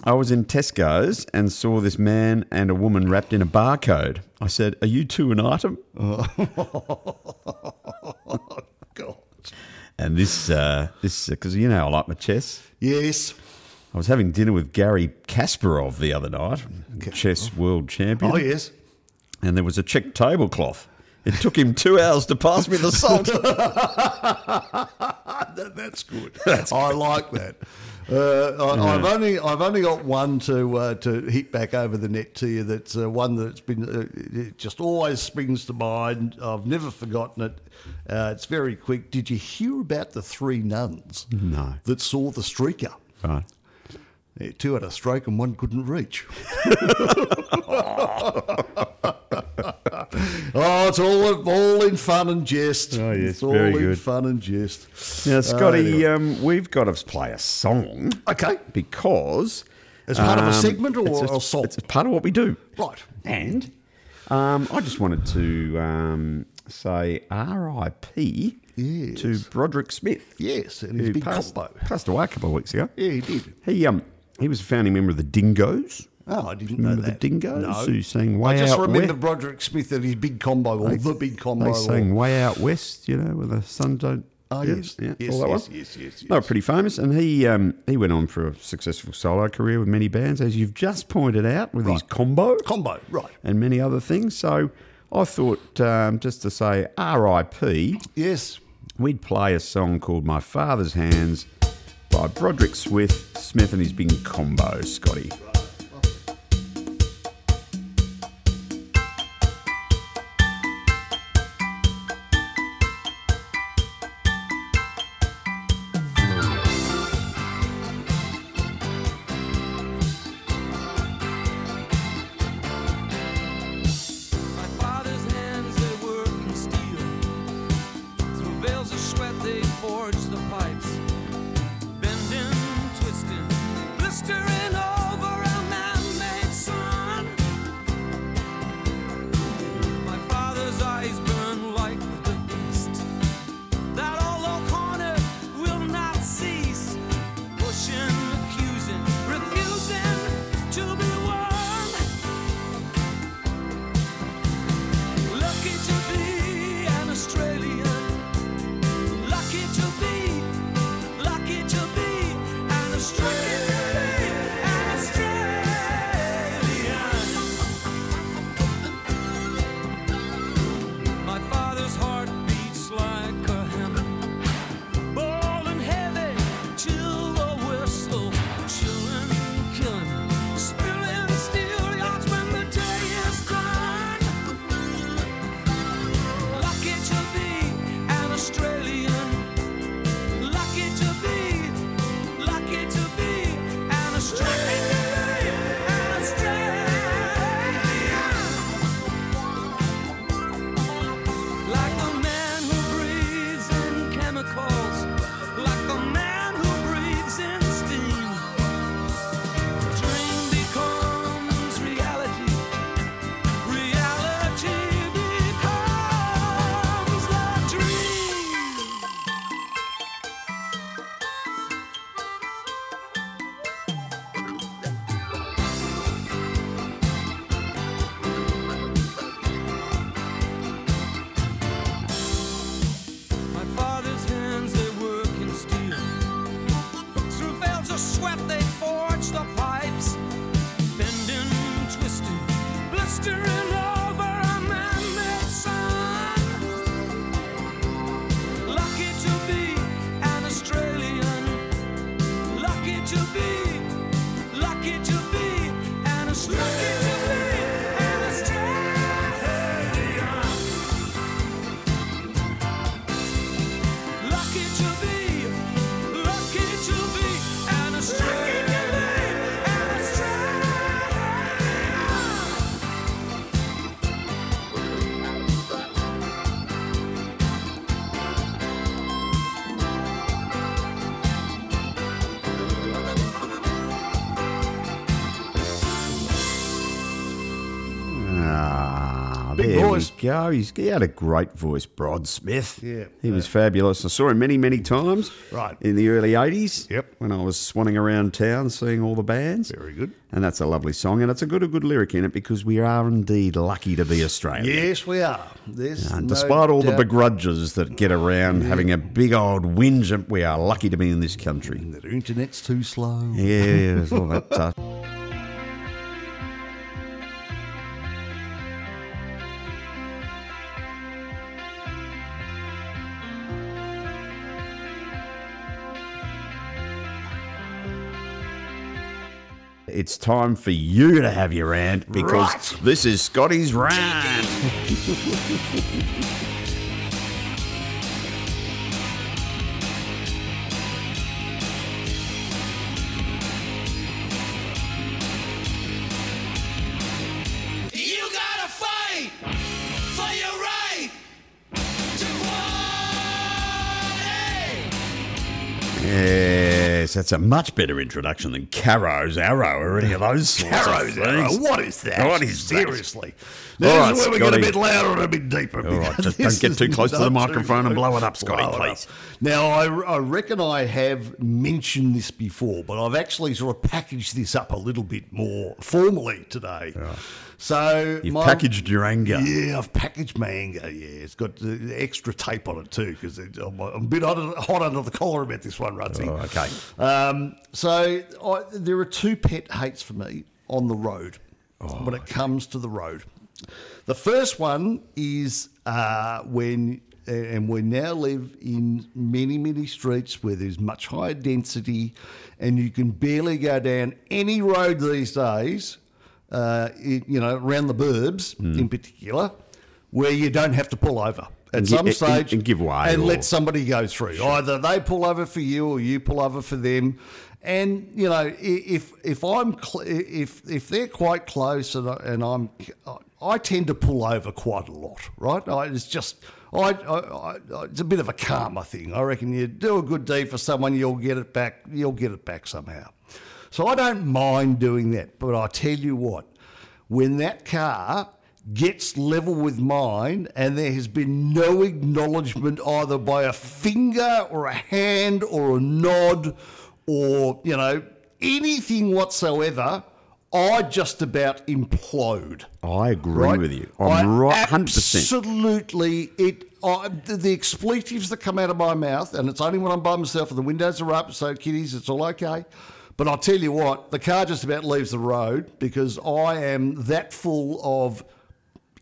Speaker 2: I was in Tesco's and saw this man and a woman wrapped in a barcode. I said, Are you two an item?
Speaker 1: God.
Speaker 2: And this, uh, this, because you know I like my chess.
Speaker 1: Yes.
Speaker 2: I was having dinner with Gary Kasparov the other night, chess world champion,
Speaker 1: Oh, yes.
Speaker 2: and there was a check tablecloth. It took him two hours to pass me the salt.
Speaker 1: That- that's good. I like that. Uh, I, I've only I've only got one to uh, to hit back over the net to you. That's uh, one that's been uh, it just always springs to mind. I've never forgotten it. Uh, it's very quick. Did you hear about the three nuns?
Speaker 2: No.
Speaker 1: That saw the streaker.
Speaker 2: right.
Speaker 1: Yeah, two had a stroke and one couldn't reach. oh, it's all all in fun and jest.
Speaker 2: Oh, yes,
Speaker 1: it's all
Speaker 2: very
Speaker 1: in
Speaker 2: good.
Speaker 1: fun and jest.
Speaker 2: Now, Scotty, um, we've got to play a song
Speaker 1: Okay.
Speaker 2: because.
Speaker 1: As part of a
Speaker 2: um,
Speaker 1: segment or
Speaker 2: it's a-
Speaker 1: a song?
Speaker 2: It's part of what we do.
Speaker 1: Right.
Speaker 2: And um, I just wanted to um, say RIP
Speaker 1: Yes.
Speaker 2: to Broderick Smith.
Speaker 1: Yes, and his
Speaker 2: who
Speaker 1: big
Speaker 2: passed,
Speaker 1: combo.
Speaker 2: passed away a couple of weeks ago.
Speaker 1: Yeah, he did.
Speaker 2: He um he was a founding member of the Dingoes.
Speaker 1: Oh, I didn't
Speaker 2: Remember
Speaker 1: know
Speaker 2: the
Speaker 1: that.
Speaker 2: Dingoes
Speaker 1: No.
Speaker 2: who sang Way
Speaker 1: I just
Speaker 2: Out
Speaker 1: remember
Speaker 2: West?
Speaker 1: Broderick Smith and his big combo, or the big combo.
Speaker 2: They
Speaker 1: or-
Speaker 2: sang Way Out West, you know, where the sun don't.
Speaker 1: Oh,
Speaker 2: yeah,
Speaker 1: yes.
Speaker 2: yeah,
Speaker 1: Yes,
Speaker 2: all that
Speaker 1: yes,
Speaker 2: one.
Speaker 1: yes, yes,
Speaker 2: They were
Speaker 1: yes.
Speaker 2: pretty famous, and he um, he went on for a successful solo career with many bands, as you've just pointed out, with his combo.
Speaker 1: combo, right.
Speaker 2: and many other things. So I thought um, just to say RIP,
Speaker 1: Yes.
Speaker 2: we'd play a song called My Father's Hands by Broderick Smith, Smith and his Bing Combo, Scotty.
Speaker 4: My father's hands, they work in steel. Through veils of sweat, they forge the pipes. Bending, twisting, blistering over Wandering over a man-made sun. Lucky to be an Australian. Lucky to be, lucky to be an Aus- lucky to be an Australian. Lucky to be, lucky to be an Australian. An Australian.
Speaker 2: Ah,
Speaker 1: Big
Speaker 2: there
Speaker 1: voice.
Speaker 2: we go. He's, he had a great voice, Brod Smith.
Speaker 1: Yeah.
Speaker 2: he was fabulous. I saw him many, many times.
Speaker 1: Right.
Speaker 2: in the early '80s.
Speaker 1: Yep.
Speaker 2: when I was swanning around town, seeing all the bands.
Speaker 1: Very good.
Speaker 2: And that's a lovely song, and it's a good, a good lyric in it because we are indeed lucky to be Australian.
Speaker 1: Yes, we are. There's
Speaker 2: And
Speaker 1: no
Speaker 2: despite all
Speaker 1: doubt.
Speaker 2: the begrudges that get around having a big old whinge, we are lucky to be in this country.
Speaker 1: The internet's too slow.
Speaker 2: Yeah, it's all that uh, It's time for you to have your rant because
Speaker 1: Right.
Speaker 2: this is Scotty's rant.
Speaker 3: You gotta fight for your right to party.
Speaker 2: Yes, that's a much better introduction than Caro's Arrow or any of those sorts of
Speaker 1: Caro's
Speaker 2: things.
Speaker 1: arrow. What is that?
Speaker 2: What is that?
Speaker 1: Seriously. This
Speaker 2: right,
Speaker 1: is where we get a
Speaker 2: Scotty.
Speaker 1: bit louder and a bit deeper.
Speaker 2: All right,
Speaker 1: because
Speaker 2: just don't
Speaker 1: this
Speaker 2: get
Speaker 1: is
Speaker 2: too close to the
Speaker 1: not too
Speaker 2: microphone and
Speaker 1: close.
Speaker 2: blow it up, Scotty,
Speaker 1: Blow it up.
Speaker 2: please.
Speaker 1: Now, I, I reckon I have mentioned this before, but I've actually sort of packaged this up a little bit more formally today. So
Speaker 2: You've
Speaker 1: my-
Speaker 2: packaged your anger.
Speaker 1: Yeah, I've packaged my anger. Yeah, it's got uh, extra tape on it too because I'm, I'm a bit hot, under- hot under the collar about this one, Rutsy.
Speaker 2: Oh, okay.
Speaker 1: Um, so I, there are two pet hates for me on the road when it comes to the road. The first one is uh, when, and we now live in many, many streets where there's much higher density and you can barely go down any road these days, uh, it, you know, around the burbs in particular, where you don't have to pull over. At
Speaker 2: And gi-
Speaker 1: some
Speaker 2: and-
Speaker 1: stage,
Speaker 2: and give way
Speaker 1: and
Speaker 2: or-
Speaker 1: let somebody go through. Either they pull over for you, or you pull over for them. And you know, i- if if I'm cl- if if they're quite close, and, I, and I'm, I tend to pull over quite a lot, right? I, it's just. I, I, I, it's a bit of a karma thing. I reckon you do a good deed for someone, you'll get it back. You'll get it back somehow. So I don't mind doing that. But I tell you what, when that car gets level with mine and there has been no acknowledgement either by a finger or a hand or a nod or, you know, anything whatsoever, I just about implode.
Speaker 2: I agree
Speaker 1: Right?
Speaker 2: with you. I'm
Speaker 1: I
Speaker 2: right, hundred percent.
Speaker 1: Absolutely, it. I, the, the expletives that come out of my mouth, and it's only when I'm by myself and the windows are up. So, kiddies, it's all okay. But I'll tell you what, the car just about leaves the road because I am that full of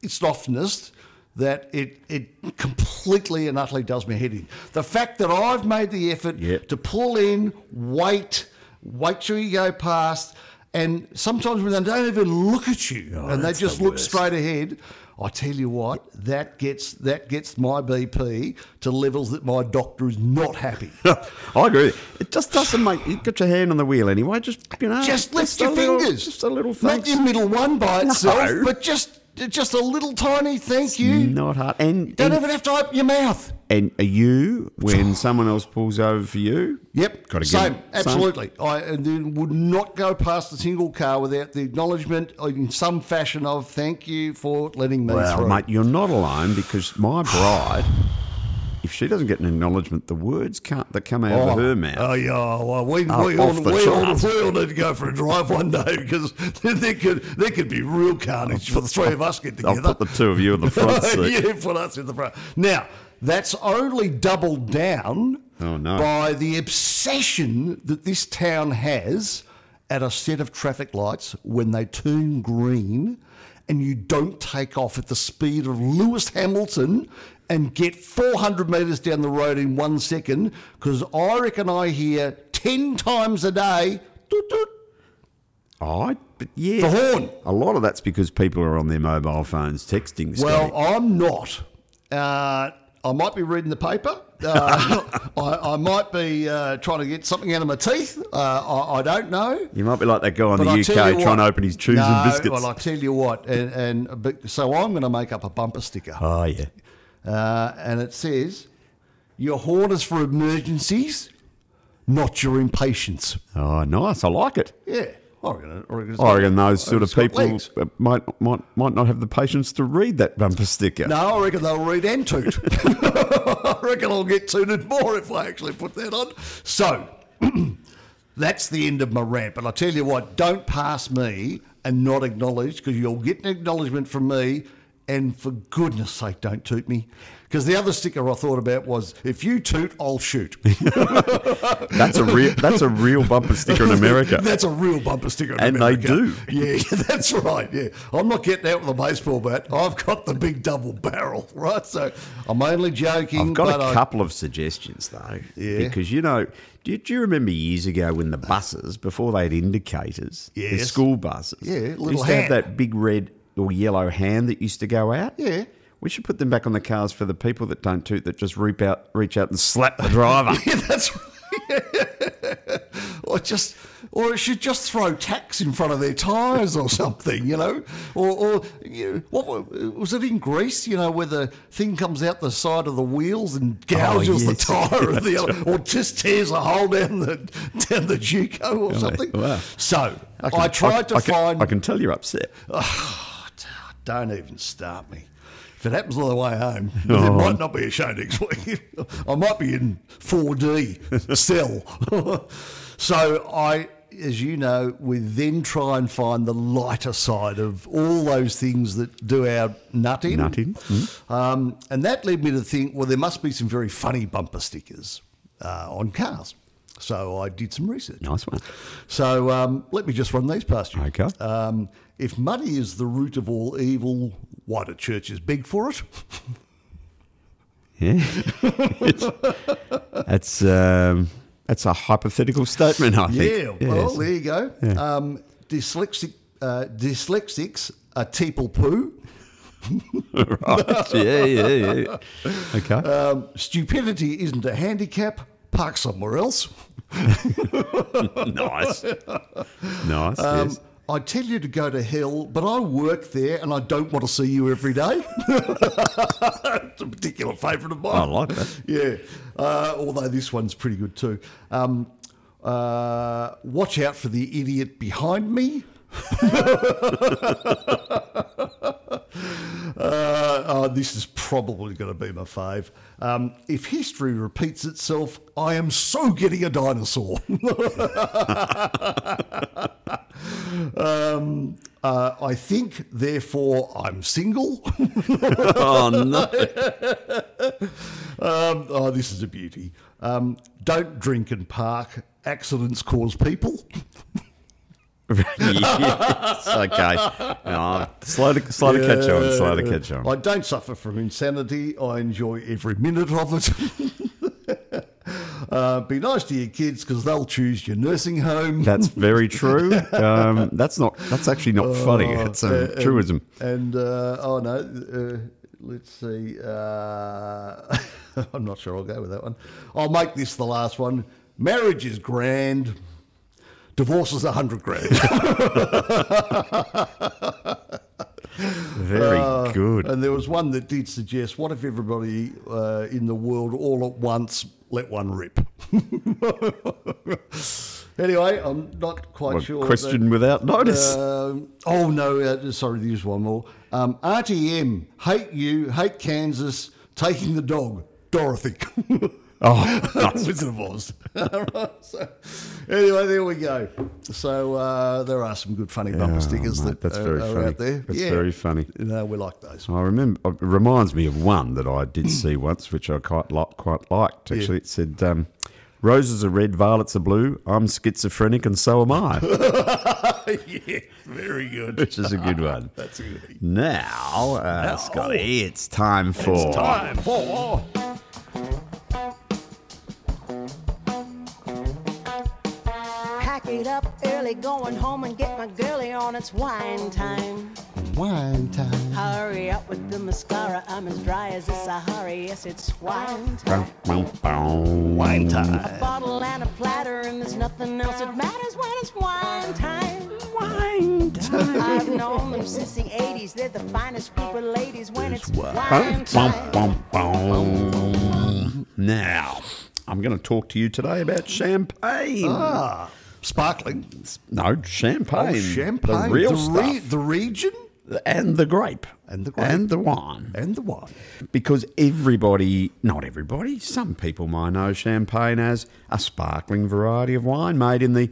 Speaker 1: softness that it it completely and utterly does me head in. The fact that I've made the effort
Speaker 2: Yep.
Speaker 1: to pull in, wait, wait till you go past, and sometimes when they don't even look at you and they
Speaker 2: that's
Speaker 1: just
Speaker 2: the
Speaker 1: look
Speaker 2: worst.
Speaker 1: straight ahead, I tell you what, that gets that gets my BP to levels that my doctor is not happy.
Speaker 2: I agree. With you. It just doesn't make. You got your hand on the wheel anyway. Just you know,
Speaker 1: just lift
Speaker 2: a
Speaker 1: your
Speaker 2: little-
Speaker 1: fingers.
Speaker 2: Just a little
Speaker 1: Not
Speaker 2: thanks.
Speaker 1: your middle one by itself,
Speaker 2: No.
Speaker 1: but just just a little tiny thank you.
Speaker 2: Not hard. And
Speaker 1: Don't
Speaker 2: and,
Speaker 1: even have to open your mouth.
Speaker 2: and are you when someone else pulls over for you?
Speaker 1: Yep.
Speaker 2: Gotta give
Speaker 1: Same.
Speaker 2: them-
Speaker 1: Absolutely. I and then would not go past a single car without the acknowledgement in some fashion of thank you for letting me
Speaker 2: Well,
Speaker 1: through.
Speaker 2: mate, you're not alone because my bride, if she doesn't get an acknowledgement, the words can't that come out of her mouth.
Speaker 1: Oh, yeah. Well, we,
Speaker 2: Oh,
Speaker 1: we,
Speaker 2: off
Speaker 1: all,
Speaker 2: the
Speaker 1: we, all,
Speaker 2: charts.
Speaker 1: we all need to go for a drive one day because there could there could be real carnage for the three of us get
Speaker 2: I'll
Speaker 1: together.
Speaker 2: put the two of you in the front seat.
Speaker 1: yeah, put us in the front. Now, that's only doubled down
Speaker 2: Oh, no.
Speaker 1: by the obsession that this town has at a set of traffic lights when they turn green and you don't take off at the speed of Lewis Hamilton and get 400 metres down the road in one second, because I reckon I hear 10 times a day toot, toot,
Speaker 2: Oh, I- but yeah.
Speaker 1: the horn.
Speaker 2: A lot of that's because people are on their mobile phones texting.
Speaker 1: Well,
Speaker 2: Scotty.
Speaker 1: I'm not. Uh, I might be reading the paper. Uh, I, I might be uh, trying to get something out of my teeth. Uh, I, I don't know.
Speaker 2: you might be like that guy in
Speaker 1: But
Speaker 2: the
Speaker 1: I tell
Speaker 2: UK
Speaker 1: you
Speaker 2: trying to
Speaker 1: what-
Speaker 2: open his chews
Speaker 1: No,
Speaker 2: and biscuits.
Speaker 1: Well, I tell you what, and, and but, so I'm going to make up a bumper sticker,
Speaker 2: oh yeah.
Speaker 1: uh, and it says, "Your horn is for emergencies, not your impatience."
Speaker 2: Oh, nice. I like it.
Speaker 1: Yeah, Oregon. Oregon's
Speaker 2: I reckon those sort
Speaker 1: Oregon's
Speaker 2: of
Speaker 1: Oh, got
Speaker 2: people
Speaker 1: legs.
Speaker 2: uh, might might might not have the patience to read that bumper sticker.
Speaker 1: No, I reckon they'll read and toot. I reckon I'll get tooted more if I actually put that on. So that's the end of my rant. But I tell you what, don't pass me and not acknowledge because you'll get an acknowledgement from me. And for goodness sake, don't toot me. Because the other sticker I thought about was if you toot, I'll shoot.
Speaker 2: That's a real that's a real bumper sticker in America.
Speaker 1: That's a real bumper sticker. in
Speaker 2: And they
Speaker 1: America.
Speaker 2: do.
Speaker 1: Yeah, that's right. Yeah, I'm not getting out with a baseball bat. I've got the big double barrel, right? So I'm only joking.
Speaker 2: I've got
Speaker 1: but
Speaker 2: a
Speaker 1: I-
Speaker 2: couple of suggestions though.
Speaker 1: Yeah.
Speaker 2: Because you know, do you, do you remember years ago when the buses before they had indicators, the
Speaker 1: Yes.
Speaker 2: school buses,
Speaker 1: Yeah,
Speaker 2: they
Speaker 1: little
Speaker 2: used to have
Speaker 1: hand.
Speaker 2: that big red or yellow hand that used to go out.
Speaker 1: Yeah.
Speaker 2: We should put them back on the cars for the people that don't toot that just reap out, reach out and slap the driver.
Speaker 1: Yeah, that's right. or just, or it should just throw tacks in front of their tires or something, you know. Or, or you know, what wa- was it in Greece? You know, where the thing comes out the side of the wheels and gouges the
Speaker 2: Oh, yes.
Speaker 1: tire of the, other, or just tears a hole down the down the Juco or something.
Speaker 2: wow.
Speaker 1: So I, tried to
Speaker 2: I can-
Speaker 1: find.
Speaker 2: I can tell you're upset.
Speaker 1: Don't even start me. If it happens on the way home, there
Speaker 2: Oh.
Speaker 1: might not be a show next week. I might be in 4D still. so I, as you know, we then try and find the lighter side of all those things that do our nutting.
Speaker 2: Nutting, mm.
Speaker 1: Um, and that led me to think, well, there must be some very funny bumper stickers uh, on cars. So I did some research.
Speaker 2: Nice one. Uh,
Speaker 1: So um, let me just run these past you.
Speaker 2: Okay.
Speaker 1: Um, if money is the root of all evil, why do churches beg for it?
Speaker 2: Yeah. that's um, that's a hypothetical statement, I
Speaker 1: yeah.
Speaker 2: think.
Speaker 1: Well,
Speaker 2: Yes.
Speaker 1: there you go. Um, dyslexic, uh, dyslexics are teeple poo.
Speaker 2: right. Yeah, yeah, yeah. Okay.
Speaker 1: Um, stupidity isn't a handicap. Park somewhere else.
Speaker 2: nice. Nice.
Speaker 1: Um,
Speaker 2: yes.
Speaker 1: I tell you to go to hell, but I work there and I don't want to see you every day. it's a particular favourite of mine.
Speaker 2: I like that.
Speaker 1: yeah. Uh, although this one's pretty good too. Um, uh, watch out for the idiot behind me. uh, oh, this is probably going to be my fave. Um, if history repeats itself, I am so getting a dinosaur. um, uh, I think, therefore, I'm single.
Speaker 2: Oh no.
Speaker 1: Um, oh, this is a beauty. Um, don't drink and park. Accidents cause people.
Speaker 2: yes. Okay. Oh, slow to slow to catch on. Slow to catch on.
Speaker 1: I don't suffer from insanity. I enjoy every minute of it. uh, be nice to your kids because they'll choose your nursing home.
Speaker 2: That's very true. Um, that's not. That's actually not funny. It's a truism.
Speaker 1: And uh, oh no, uh, let's see. Uh, I'm not sure I'll go with that one. I'll make this the last one. Marriage is grand. Divorce is a hundred grand.
Speaker 2: Very good.
Speaker 1: And there was one that did suggest, what if everybody uh, in the world all at once let one rip? anyway, I'm not quite
Speaker 2: Well,
Speaker 1: sure.
Speaker 2: question without notice.
Speaker 1: Um, oh no! Uh, sorry, there's one more. Um, Auntie M, hate you, hate Kansas, taking the dog, Dorothy.
Speaker 2: oh, nice.
Speaker 1: Wizard of Oz. All right, so, anyway, there we go. So uh, there are some good funny bumper
Speaker 2: Oh,
Speaker 1: stickers
Speaker 2: mate,
Speaker 1: that are, are
Speaker 2: funny.
Speaker 1: out there.
Speaker 2: That's
Speaker 1: Yeah.
Speaker 2: very funny.
Speaker 1: No, we like those.
Speaker 2: I remember. oh, It
Speaker 1: Mm.
Speaker 2: reminds me of one that I did see once, which I quite like, quite liked. Actually, it said, um, Roses are red, violets are blue. I'm schizophrenic, and so am I.
Speaker 1: yeah, very good.
Speaker 2: Which is a good one.
Speaker 1: That's a good.
Speaker 2: Now, uh,
Speaker 1: Now-
Speaker 2: Scotty, it's time for.
Speaker 1: It's time for
Speaker 5: Pack it up early, going home and get my girly on. It's wine time.
Speaker 1: wine time.
Speaker 5: Hurry up with the mascara. I'm as dry as a Sahara. Yes, it's wine time.
Speaker 2: Wine
Speaker 1: Wine time.
Speaker 5: Bottle and a platter, and there's nothing else that matters when it's wine time.
Speaker 2: Wine time.
Speaker 5: I've known them since the 80s. They're the finest group of ladies when it's wine
Speaker 2: Bum, bum,
Speaker 5: time.
Speaker 2: bum, bum. Now, I'm going to talk to you today about champagne.
Speaker 1: Ah, sparkling.
Speaker 2: No, champagne.
Speaker 1: Oh, champagne.
Speaker 2: The real
Speaker 1: the,
Speaker 2: stuff.
Speaker 1: re- the region
Speaker 2: and the grape.
Speaker 1: And the grape.
Speaker 2: And the wine.
Speaker 1: and the wine.
Speaker 2: Because everybody, not everybody, some people might know champagne as a sparkling variety of wine made in the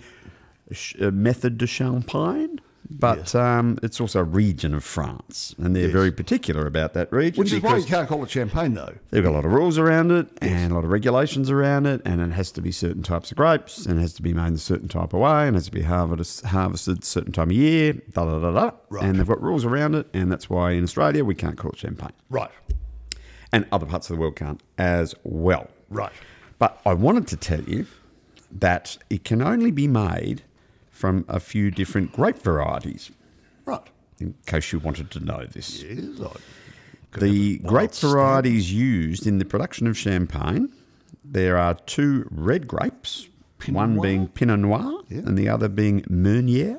Speaker 2: sh- uh, method de champagne. But
Speaker 1: Yes.
Speaker 2: um, it's also a region of France, and they're
Speaker 1: Yes.
Speaker 2: very particular about that region.
Speaker 1: Which is why you
Speaker 2: because-
Speaker 1: can't call it champagne, though.
Speaker 2: They've got a lot of rules around it and a lot of regulations around it, and it has to be certain types of grapes, and it has to be made in a certain type of way, and it has to be harvested harvested a certain time of year, da da da da.
Speaker 1: Right.
Speaker 2: And they've got rules around it, and that's why in Australia we can't call it champagne,
Speaker 1: Right.
Speaker 2: and other parts of the world can't as well.
Speaker 1: Right.
Speaker 2: But I wanted to tell you that it can only be made from a few different grape varieties,
Speaker 1: Right.
Speaker 2: in case you wanted to know this.
Speaker 1: It is right.
Speaker 2: The
Speaker 1: Well,
Speaker 2: grape
Speaker 1: it's-
Speaker 2: varieties used in the production of champagne, there are two red grapes, one
Speaker 1: Noir?
Speaker 2: being Pinot Noir
Speaker 1: Yeah.
Speaker 2: and the other being Meunier.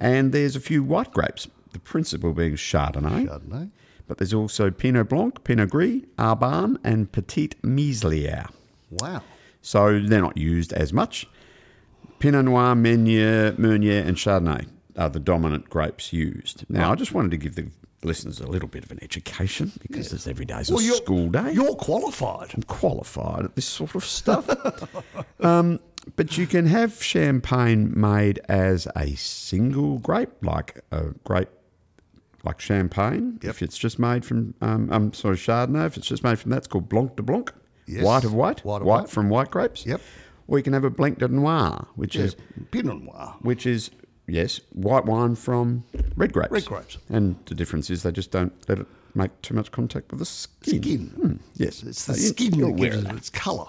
Speaker 2: And there's a few white grapes, the principal being Chardonnay.
Speaker 1: Chardonnay.
Speaker 2: But there's also Pinot Blanc, Pinot Gris, Arban, and Petit Mislier.
Speaker 1: Wow.
Speaker 2: So they're not used as much. Pinot Noir, Meunier, Meunier, and Chardonnay are the dominant grapes used. Now, I just wanted to give the listeners a little bit of an education because this every day is a
Speaker 1: you're-
Speaker 2: school day.
Speaker 1: You're qualified.
Speaker 2: I'm qualified at this sort of stuff. um, but you can have champagne made as a single grape, like a grape, like champagne.
Speaker 1: Yep.
Speaker 2: If it's just made from, um, I'm sorry, Chardonnay. If it's just made from that, it's called Blanc de Blanc.
Speaker 1: Yes.
Speaker 2: White of white,
Speaker 1: White of white.
Speaker 2: from white grapes.
Speaker 1: Yep.
Speaker 2: Or you can have a Blanc de Noir, which
Speaker 1: Yes.
Speaker 2: is
Speaker 1: Pinot Noir.
Speaker 2: which is yes, white wine from red grapes.
Speaker 1: Red grapes.
Speaker 2: And the difference is they just don't let it make too much contact with the skin.
Speaker 1: Skin.
Speaker 2: Hmm, yes,
Speaker 1: It's the
Speaker 2: So you-
Speaker 1: skin
Speaker 2: you're
Speaker 1: that
Speaker 2: aware
Speaker 1: gives
Speaker 2: of
Speaker 1: it its colour.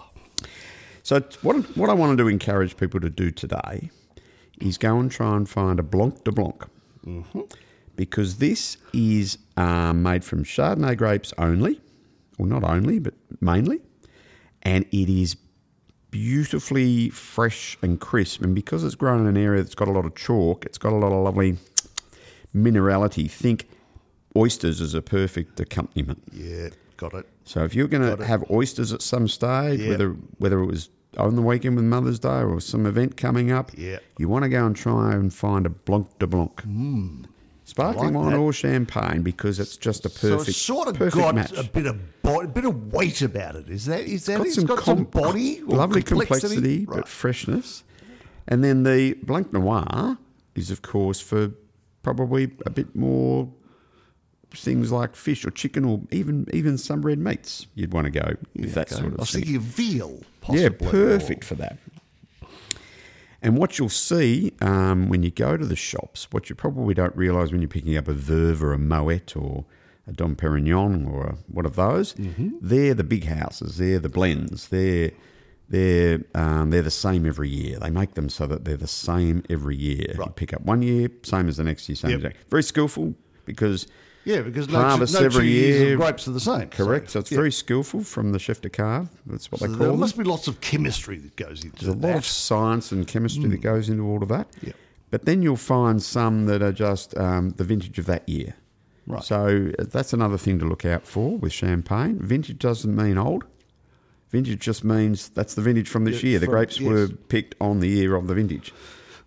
Speaker 2: so it's- what what I want to do encourage people to do today is go and try and find a Blanc de Blanc, because this is uh, made from Chardonnay grapes only, well not only but mainly, and it is beautifully fresh and crisp. And because it's grown in an area that's got a lot of chalk, it's got a lot of lovely minerality. Think oysters as a perfect accompaniment.
Speaker 1: Yeah, got it.
Speaker 2: So if you're going to have oysters at some stage,
Speaker 1: Yeah.
Speaker 2: whether whether it was on the weekend with Mother's Day or some event coming up,
Speaker 1: Yeah.
Speaker 2: you want to go and try and find a Blanc de Blanc. Sparkling
Speaker 1: Hmm. like
Speaker 2: wine
Speaker 1: that.
Speaker 2: or champagne because it's just a
Speaker 1: So
Speaker 2: perfect,
Speaker 1: it's sort of
Speaker 2: perfect
Speaker 1: got
Speaker 2: match.
Speaker 1: a bit of bo- a bit of weight about it. Is that is that it's got some
Speaker 2: com-
Speaker 1: body, or
Speaker 2: lovely complexity,
Speaker 1: Right.
Speaker 2: but freshness. And then the Blanc Noir is, of course, for probably a bit more things like fish or chicken or even even some red meats. You'd want to go with that
Speaker 1: Okay.
Speaker 2: sort of
Speaker 1: I was
Speaker 2: thing.
Speaker 1: thinking of veal. Possibly,
Speaker 2: yeah,
Speaker 1: or-
Speaker 2: perfect for that. And what you'll see um, when you go to the shops, what you probably don't realise when you're picking up a Verve or a Moet or a Dom Perignon or a, one of those,
Speaker 1: Mm-hmm.
Speaker 2: they're the big houses, they're the blends, they're they're um, they're the same every year. They make them so that they're the same every year. You
Speaker 1: Right.
Speaker 2: pick up one year, same as the next year, same
Speaker 1: Yep.
Speaker 2: as the next. Very skillful because
Speaker 1: Yeah, because no two-
Speaker 2: harvest
Speaker 1: no two
Speaker 2: every
Speaker 1: years of
Speaker 2: year.
Speaker 1: grapes are the same,
Speaker 2: Correct.
Speaker 1: so,
Speaker 2: So, it's
Speaker 1: yeah.
Speaker 2: very skillful from the chef de cave. That's what
Speaker 1: So
Speaker 2: they
Speaker 1: there
Speaker 2: call them.
Speaker 1: must be lots of chemistry that goes into
Speaker 2: There's a lot
Speaker 1: that. Hmm.
Speaker 2: of science and chemistry that goes into all of that.
Speaker 1: Yep.
Speaker 2: But then you'll find some that are just um, the vintage of that year.
Speaker 1: Right.
Speaker 2: So uh, that's another thing to look out for with champagne. Vintage doesn't mean old. Vintage just means that's the vintage from this
Speaker 1: Yeah,
Speaker 2: year. The
Speaker 1: from-
Speaker 2: grapes
Speaker 1: yes.
Speaker 2: were picked on the year of the vintage.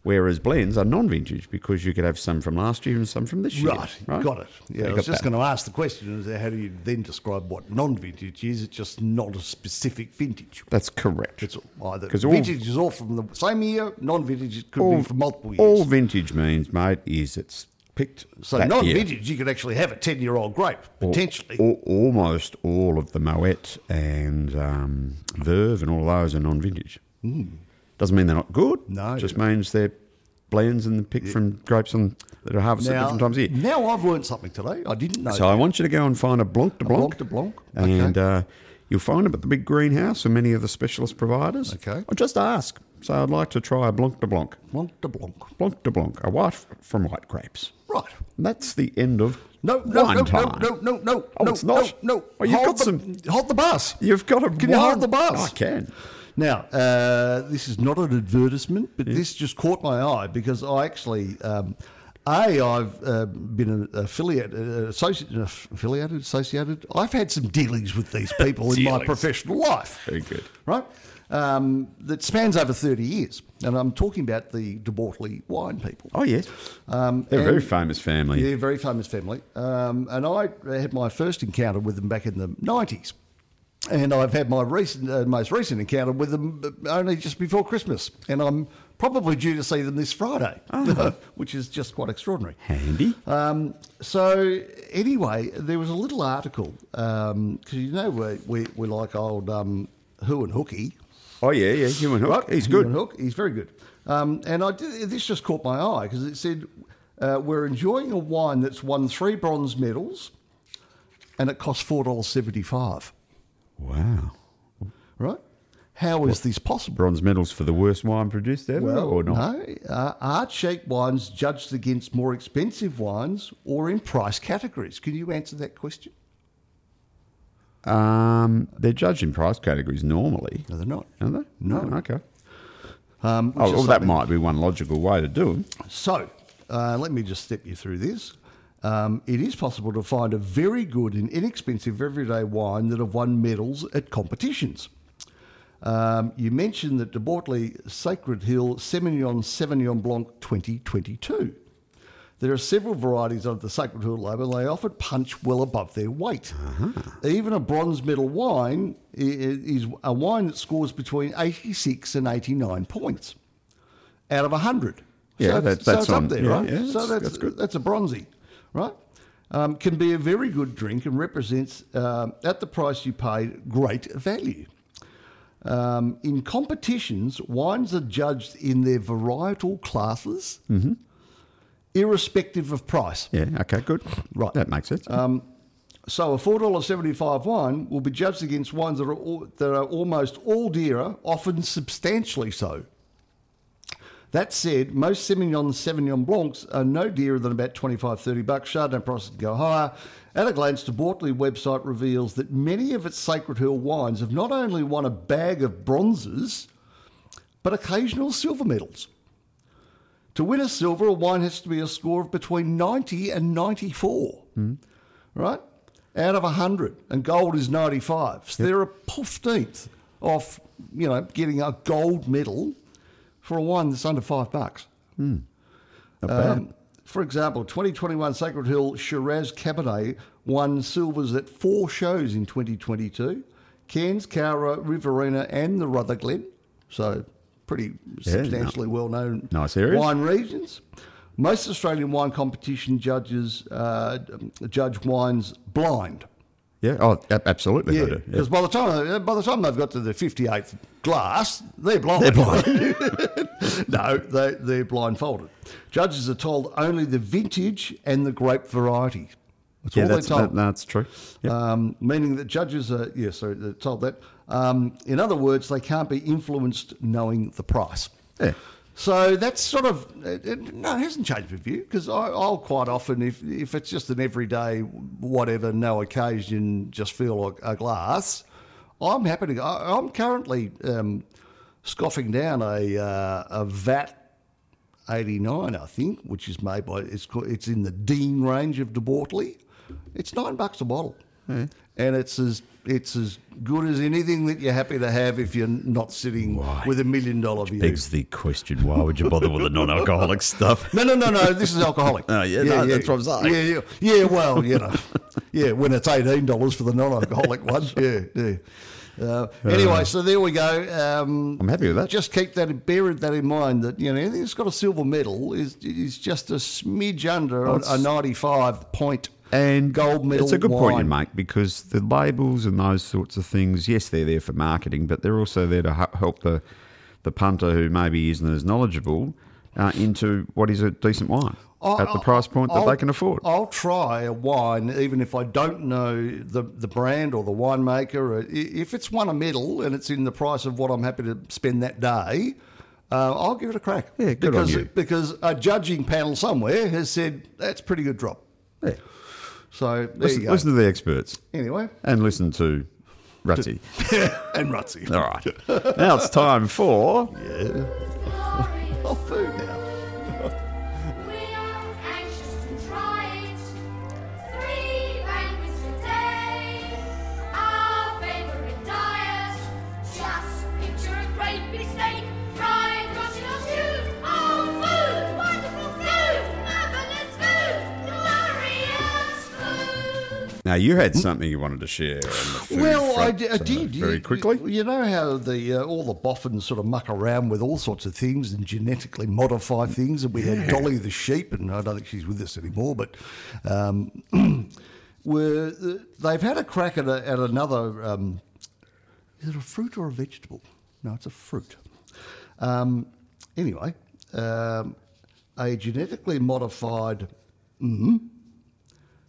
Speaker 2: Whereas blends are non-vintage because you could have some from last year and some from this year.
Speaker 1: Right, got it. Yeah, I
Speaker 2: So you
Speaker 1: was
Speaker 2: got
Speaker 1: just
Speaker 2: that.
Speaker 1: going to ask the question: is how do you then describe what non-vintage is? It's just not a specific vintage.
Speaker 2: That's correct.
Speaker 1: It's either
Speaker 2: 'Cause all-
Speaker 1: vintage is all from the same year. Non-vintage it could be from multiple years.
Speaker 2: All vintage means, mate, is it's picked.
Speaker 1: So
Speaker 2: that year.
Speaker 1: non-vintage, you could actually have a ten-year-old grape potentially.
Speaker 2: Al- almost all of the Moet and um, Verve and all of those are non-vintage. Doesn't mean they're not good.
Speaker 1: Hmm. No.
Speaker 2: just means they're blends and picked from grapes on, that are harvested at different times of year.
Speaker 1: now I've learned something today. I didn't know.
Speaker 2: So I want you to go and find a Blanc de Blanc.
Speaker 1: Blanc de Blanc, okay.
Speaker 2: And uh, you'll find them at the big greenhouse and many of the specialist providers.
Speaker 1: Okay.
Speaker 2: Or just ask. Say, I'd like to try a Blanc de Blanc.
Speaker 1: Blanc de Blanc.
Speaker 2: Blanc de Blanc, a white f- from white grapes.
Speaker 1: Right.
Speaker 2: And that's the end of
Speaker 1: No, no,
Speaker 2: wine
Speaker 1: no, no,
Speaker 2: time.
Speaker 1: no, no, no,
Speaker 2: Oh,
Speaker 1: no,
Speaker 2: it's not?
Speaker 1: no, no.
Speaker 2: Oh, you've
Speaker 1: Hold
Speaker 2: got
Speaker 1: the-
Speaker 2: some-
Speaker 1: Hold the bus.
Speaker 2: You've got a
Speaker 1: Can you
Speaker 2: wine-
Speaker 1: hold the bus?
Speaker 2: I can.
Speaker 1: Now, uh, this is not an advertisement, but this just caught my eye because I actually, um, A, I've uh, been an affiliate, uh, associate, affiliated, associated. I've had some dealings with these people in my
Speaker 2: Dealings.
Speaker 1: professional life.
Speaker 2: Very good.
Speaker 1: Right? Um, that spans over 30 years. And I'm talking about the De Bortley wine people.
Speaker 2: Oh, yes.
Speaker 1: Um,
Speaker 2: They're a very
Speaker 1: and-
Speaker 2: famous family.
Speaker 1: yeah, very famous family. Um, and I had my first encounter with them back in the 90s. And I've had my recent, uh, most recent encounter with them uh, only just before Christmas. And I'm probably due to see them this Friday, which is just quite extraordinary.
Speaker 2: Handy.
Speaker 1: Um, so anyway, there was a little article because you know we, we, we like old um, Who and Hooky.
Speaker 2: oh, yeah, yeah. Human Hook. He's
Speaker 1: Hugh
Speaker 2: good.
Speaker 1: and Hook, he's very good. Um, and I did, this just caught my eye because it said, uh, "We're enjoying a wine that's won three bronze medals, and it costs four dollars seventy-five.
Speaker 2: Wow.
Speaker 1: Right? How is this possible?"
Speaker 2: Bronze medals for the worst wine produced ever or not?
Speaker 1: no. Uh, art-shaped wines judged against more expensive wines or in price categories. Can you answer that question?
Speaker 2: Um, they're judged in price categories normally,
Speaker 1: No, they're not.
Speaker 2: are they?
Speaker 1: No.
Speaker 2: Oh, okay.
Speaker 1: Um,
Speaker 2: Oh,
Speaker 1: which is
Speaker 2: well, that
Speaker 1: something-
Speaker 2: might be one logical way to do them.
Speaker 1: So, uh, let me just step you through this. Um, it is possible to find a very good and inexpensive everyday wine that have won medals at competitions. Um, you mentioned that De Bortley Sacred Hill Semignon Sauvignon Blanc 2022. There are several varieties under the Sacred Hill label, and they often punch well above their weight.
Speaker 2: Uh-huh.
Speaker 1: Even a bronze medal wine i- i- is a wine that scores between 86 and 89 points out of 100.
Speaker 2: Yeah,
Speaker 1: so,
Speaker 2: that-
Speaker 1: so
Speaker 2: that's
Speaker 1: it's
Speaker 2: on-
Speaker 1: up there,
Speaker 2: yeah,
Speaker 1: right?
Speaker 2: yeah,
Speaker 1: so
Speaker 2: that's-
Speaker 1: that's,
Speaker 2: that's good.
Speaker 1: that's a bronzy, right? Um, can be a very good drink and represents, um, at the price you pay, great value. Um, in competitions, wines are judged in their varietal classes, irrespective of price.
Speaker 2: Yeah, okay, good.
Speaker 1: Right. Um,
Speaker 2: That makes sense.
Speaker 1: So a four dollar seventy five wine will be judged against wines that are all, that are almost all dearer, often substantially so. That said, most Semignon Sauvignon Blancs are no dearer than about 25, 30 bucks. Chardonnay prices can go higher. At a glance, the Bortley website reveals that many of its Sacred Hill wines have not only won a bag of bronzes, but occasional silver medals. To win a silver, a wine has to be a score of between 90 and 94
Speaker 2: Hmm.
Speaker 1: right? Out of 100, and gold is 95. So they're a fifteenth off, you know, getting a gold medal for a wine that's under five bucks.
Speaker 2: Hmm. Not bad.
Speaker 1: Um, for example, 2021 Sacred Hill Shiraz Cabernet won silvers at four shows in 2022 Cairns, Cowra, Riverina, and the Rutherglen. So, pretty
Speaker 2: no.
Speaker 1: substantially well known
Speaker 2: Nice areas.
Speaker 1: wine regions. Most Australian wine competition judges uh, judge wines blind.
Speaker 2: yeah, oh, a- absolutely. they
Speaker 1: Yeah,
Speaker 2: do,
Speaker 1: because by the time by the time they've got to the fifty eighth glass, they're blind. They're blind. no, they they're blindfolded. Judges are told only the vintage and the grape variety. That's
Speaker 2: Yeah,
Speaker 1: all
Speaker 2: that's,
Speaker 1: they're told.
Speaker 2: that- that's true. Yep.
Speaker 1: Um, meaning that judges are yeah, sorry, they're told that. Um, in other words, they can't be influenced knowing the price.
Speaker 2: Yeah.
Speaker 1: So that's sort of it, it, no, it hasn't changed my view because I'll quite often, if if it's just an everyday whatever, no occasion, just feel a, a glass, I'm happy to. go. I, I'm currently um, scoffing down a uh, a vat. 89, I think, which is made by it's called, it's in the Dean range of De Bortley. It's nine bucks a bottle, and it's as it's as good as anything that you're happy to have if you're not sitting with a million dollar view.
Speaker 2: Begs the question why would you bother with the non alcoholic stuff?
Speaker 1: No, no, no, no. This is alcoholic.
Speaker 2: Oh, yeah, no, that's what I'm saying.
Speaker 1: Yeah, yeah, yeah. Well, you know, yeah. When it's eighteen dollars for the non-alcoholic one, yeah, yeah. Uh, anyway, so there we go. Um,
Speaker 2: I'm happy with that.
Speaker 1: Just keep that buried that in mind that you know anything that's got a silver medal is is just a smidge under a- a 95 point
Speaker 2: and
Speaker 1: gold medal.
Speaker 2: It's a good point you
Speaker 1: wine.
Speaker 2: make because the labels and those sorts of things, yes, they're there for marketing, but they're also there to h- help the the punter who maybe isn't as knowledgeable uh, into what is a decent wine
Speaker 1: Oh,
Speaker 2: at the price point that they can afford.
Speaker 1: I'll try a wine, even if I don't know the, the brand or the winemaker. Or i- if it's won a medal and it's in the price of what I'm happy to spend that day, uh, I'll give it a crack.
Speaker 2: Yeah, good on
Speaker 1: because,
Speaker 2: you.
Speaker 1: Because a judging panel somewhere has said that's a pretty good drop.
Speaker 2: Yeah.
Speaker 1: So there
Speaker 2: Listen,
Speaker 1: you go.
Speaker 2: listen to the experts
Speaker 1: Anyway,
Speaker 2: and listen to Rutty.
Speaker 1: and Rutsy.
Speaker 2: All right. now it's time for.
Speaker 1: Oh, food now.
Speaker 6: We're anxious to try it. Three banquets a day. Our favorite diet. Just picture a great big steak. Fried cotton or stewed. Oh, food! Wonderful food! Marvelous food! Glorious food!
Speaker 2: Now you had something you wanted to share. On the food
Speaker 1: Well, I
Speaker 2: front,
Speaker 1: di- I
Speaker 2: so
Speaker 1: did
Speaker 2: very
Speaker 1: You-
Speaker 2: quickly.
Speaker 1: You, know how the uh, all the boffins sort of muck around with all sorts of things and genetically modify things, and we had Dolly the sheep, and I don't think she's with us anymore, but. Um, Were, they've had a crack at, a, at another um, is it a fruit or a vegetable? No, it's a fruit. Um, anyway, um, a genetically modified mm,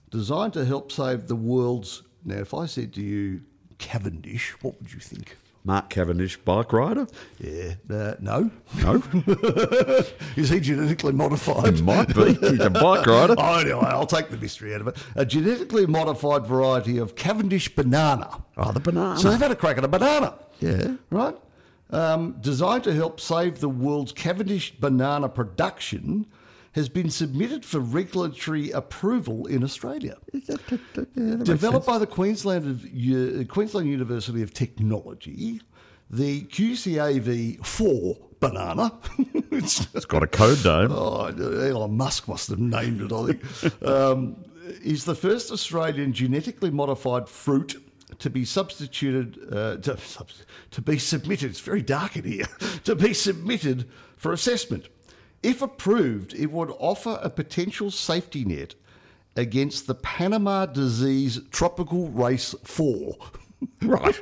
Speaker 1: designed to help save the world's. Now, if I said to you Cavendish, what would you think?
Speaker 2: Mark Cavendish, bike rider.
Speaker 1: Yeah, uh, no.
Speaker 2: No,
Speaker 1: Is he genetically modified?
Speaker 2: might be. He's a bike rider.
Speaker 1: Oh, anyway, I'll take the mystery out of it. A genetically modified variety of Cavendish banana.
Speaker 2: Oh, the banana.
Speaker 1: So they've had a crack at a banana.
Speaker 2: Yeah.
Speaker 1: Right? Um, designed to help save the world's Cavendish banana production has been submitted for regulatory approval in Australia. Developed by the Queensland, uh, Queensland University of Technology, the QCAV4 banana. it's,
Speaker 2: It's got a code though.
Speaker 1: Oh, Elon Musk must have named it, I think. um, is the first Australian genetically modified fruit to be substituted, uh, to, subs- to be submitted, it's very dark in here, to be submitted for assessment. If approved, it would offer a potential safety net against the Panama disease tropical race 4.
Speaker 2: Right.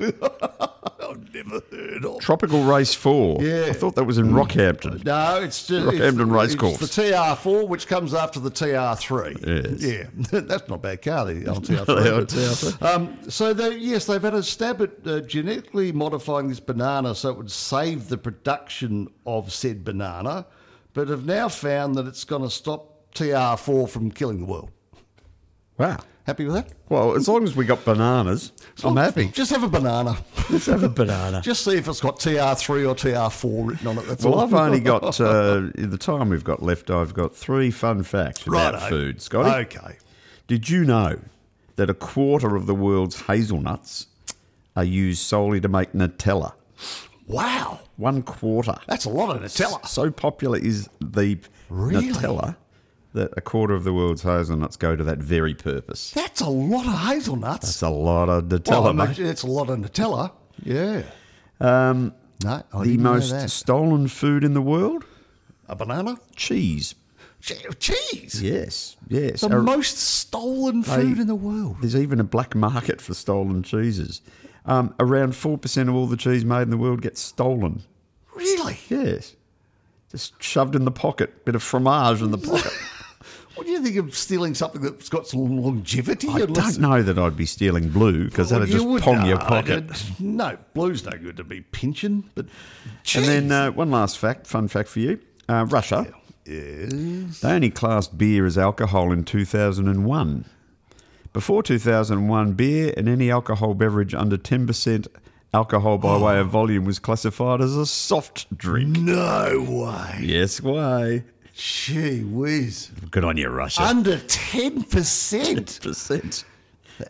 Speaker 1: I've never heard of.
Speaker 2: Tropical Race 4.
Speaker 1: Yeah. Mm.
Speaker 2: I thought that was in Rockhampton.
Speaker 1: No, it's just it's,
Speaker 2: Rockhampton
Speaker 1: it's
Speaker 2: Racecourse.
Speaker 1: the TR4, which comes after the TR3. Yeah, that's not a bad car. The old TR3.
Speaker 2: They are
Speaker 1: Um, so they, yes, they've had a stab at uh, genetically modifying this banana so it would save the production of said banana, but have now found that it's going to stop TR4 from killing the world.
Speaker 2: Wow.
Speaker 1: Happy with that?
Speaker 2: Well, as long as we got bananas, I'm happy.
Speaker 1: Just have a banana.
Speaker 2: Let's have a banana.
Speaker 1: Just see if it's got TR3 or TR4 written on it. That's
Speaker 2: Well,
Speaker 1: all.
Speaker 2: I've only got, uh, in the time we've got left, I've got three fun facts about
Speaker 1: Righto.
Speaker 2: food, Scotty.
Speaker 1: Okay.
Speaker 2: Did you know that a quarter of the world's hazelnuts are used solely to make Nutella?
Speaker 1: Wow.
Speaker 2: One quarter.
Speaker 1: That's a lot of Nutella.
Speaker 2: So popular is the
Speaker 1: Really?
Speaker 2: Nutella that a quarter of the world's hazelnuts go to that very purpose.
Speaker 1: That's a lot of hazelnuts.
Speaker 2: It's a lot of Nutella,
Speaker 1: Well, I mean,
Speaker 2: mate.
Speaker 1: it's a lot of Nutella. Yeah.
Speaker 2: Um,
Speaker 1: No, I
Speaker 2: the
Speaker 1: didn't know
Speaker 2: most
Speaker 1: that.
Speaker 2: stolen food in the world?
Speaker 1: a banana,
Speaker 2: Cheese.
Speaker 1: Che- cheese.
Speaker 2: Yes, yes.
Speaker 1: The
Speaker 2: Ar-
Speaker 1: most stolen
Speaker 2: they-
Speaker 1: food in the world.
Speaker 2: There's even a black market for stolen cheeses. Um, around 4% of all the cheese made in the world gets stolen.
Speaker 1: Really?
Speaker 2: Yes. Just shoved in the pocket. Bit of fromage in the pocket.
Speaker 1: What do you think of stealing something that's got some longevity?
Speaker 2: I don't know that I'd be stealing blue because
Speaker 1: Oh,
Speaker 2: that'd just pong your pocket.
Speaker 1: No, blue's no good to be pinching, but cheese.
Speaker 2: And then uh, one last fact, fun fact for you. Uh, Russia,
Speaker 1: yes.
Speaker 2: they only classed beer as alcohol in 2001. Before 2001, beer and any alcohol beverage under 10% alcohol by way of volume was classified as a soft drink.
Speaker 1: No way.
Speaker 2: Yes, why?
Speaker 1: Gee whiz.
Speaker 2: Good on you, Russia.
Speaker 1: Under 10%.
Speaker 2: 10%.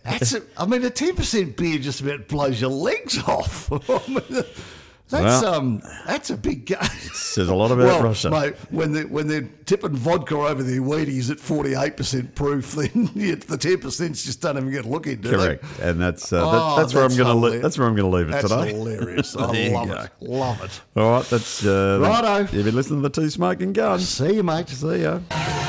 Speaker 1: That's a, I mean, a ten percent beer just about blows your legs off. I mean, That's
Speaker 2: Well-
Speaker 1: um, that's a big game.
Speaker 2: Says a lot about
Speaker 1: well,
Speaker 2: Russia.
Speaker 1: mate, when they when they're tipping vodka over their Wheaties at forty eight percent proof, then it's the ten percent's just don't even get a look in. do they?
Speaker 2: Correct, and that's uh,
Speaker 1: Oh,
Speaker 2: that, that's where I'm going to
Speaker 1: hilarious.
Speaker 2: that's where I'm going to leave it
Speaker 1: That's
Speaker 2: today.
Speaker 1: hilarious. I
Speaker 2: There you
Speaker 1: love
Speaker 2: go.
Speaker 1: it. Love it.
Speaker 2: All right, that's uh,
Speaker 1: Righto.
Speaker 2: You've been listening to the Two Smoking Guns.
Speaker 1: See you, mate.
Speaker 2: See ya.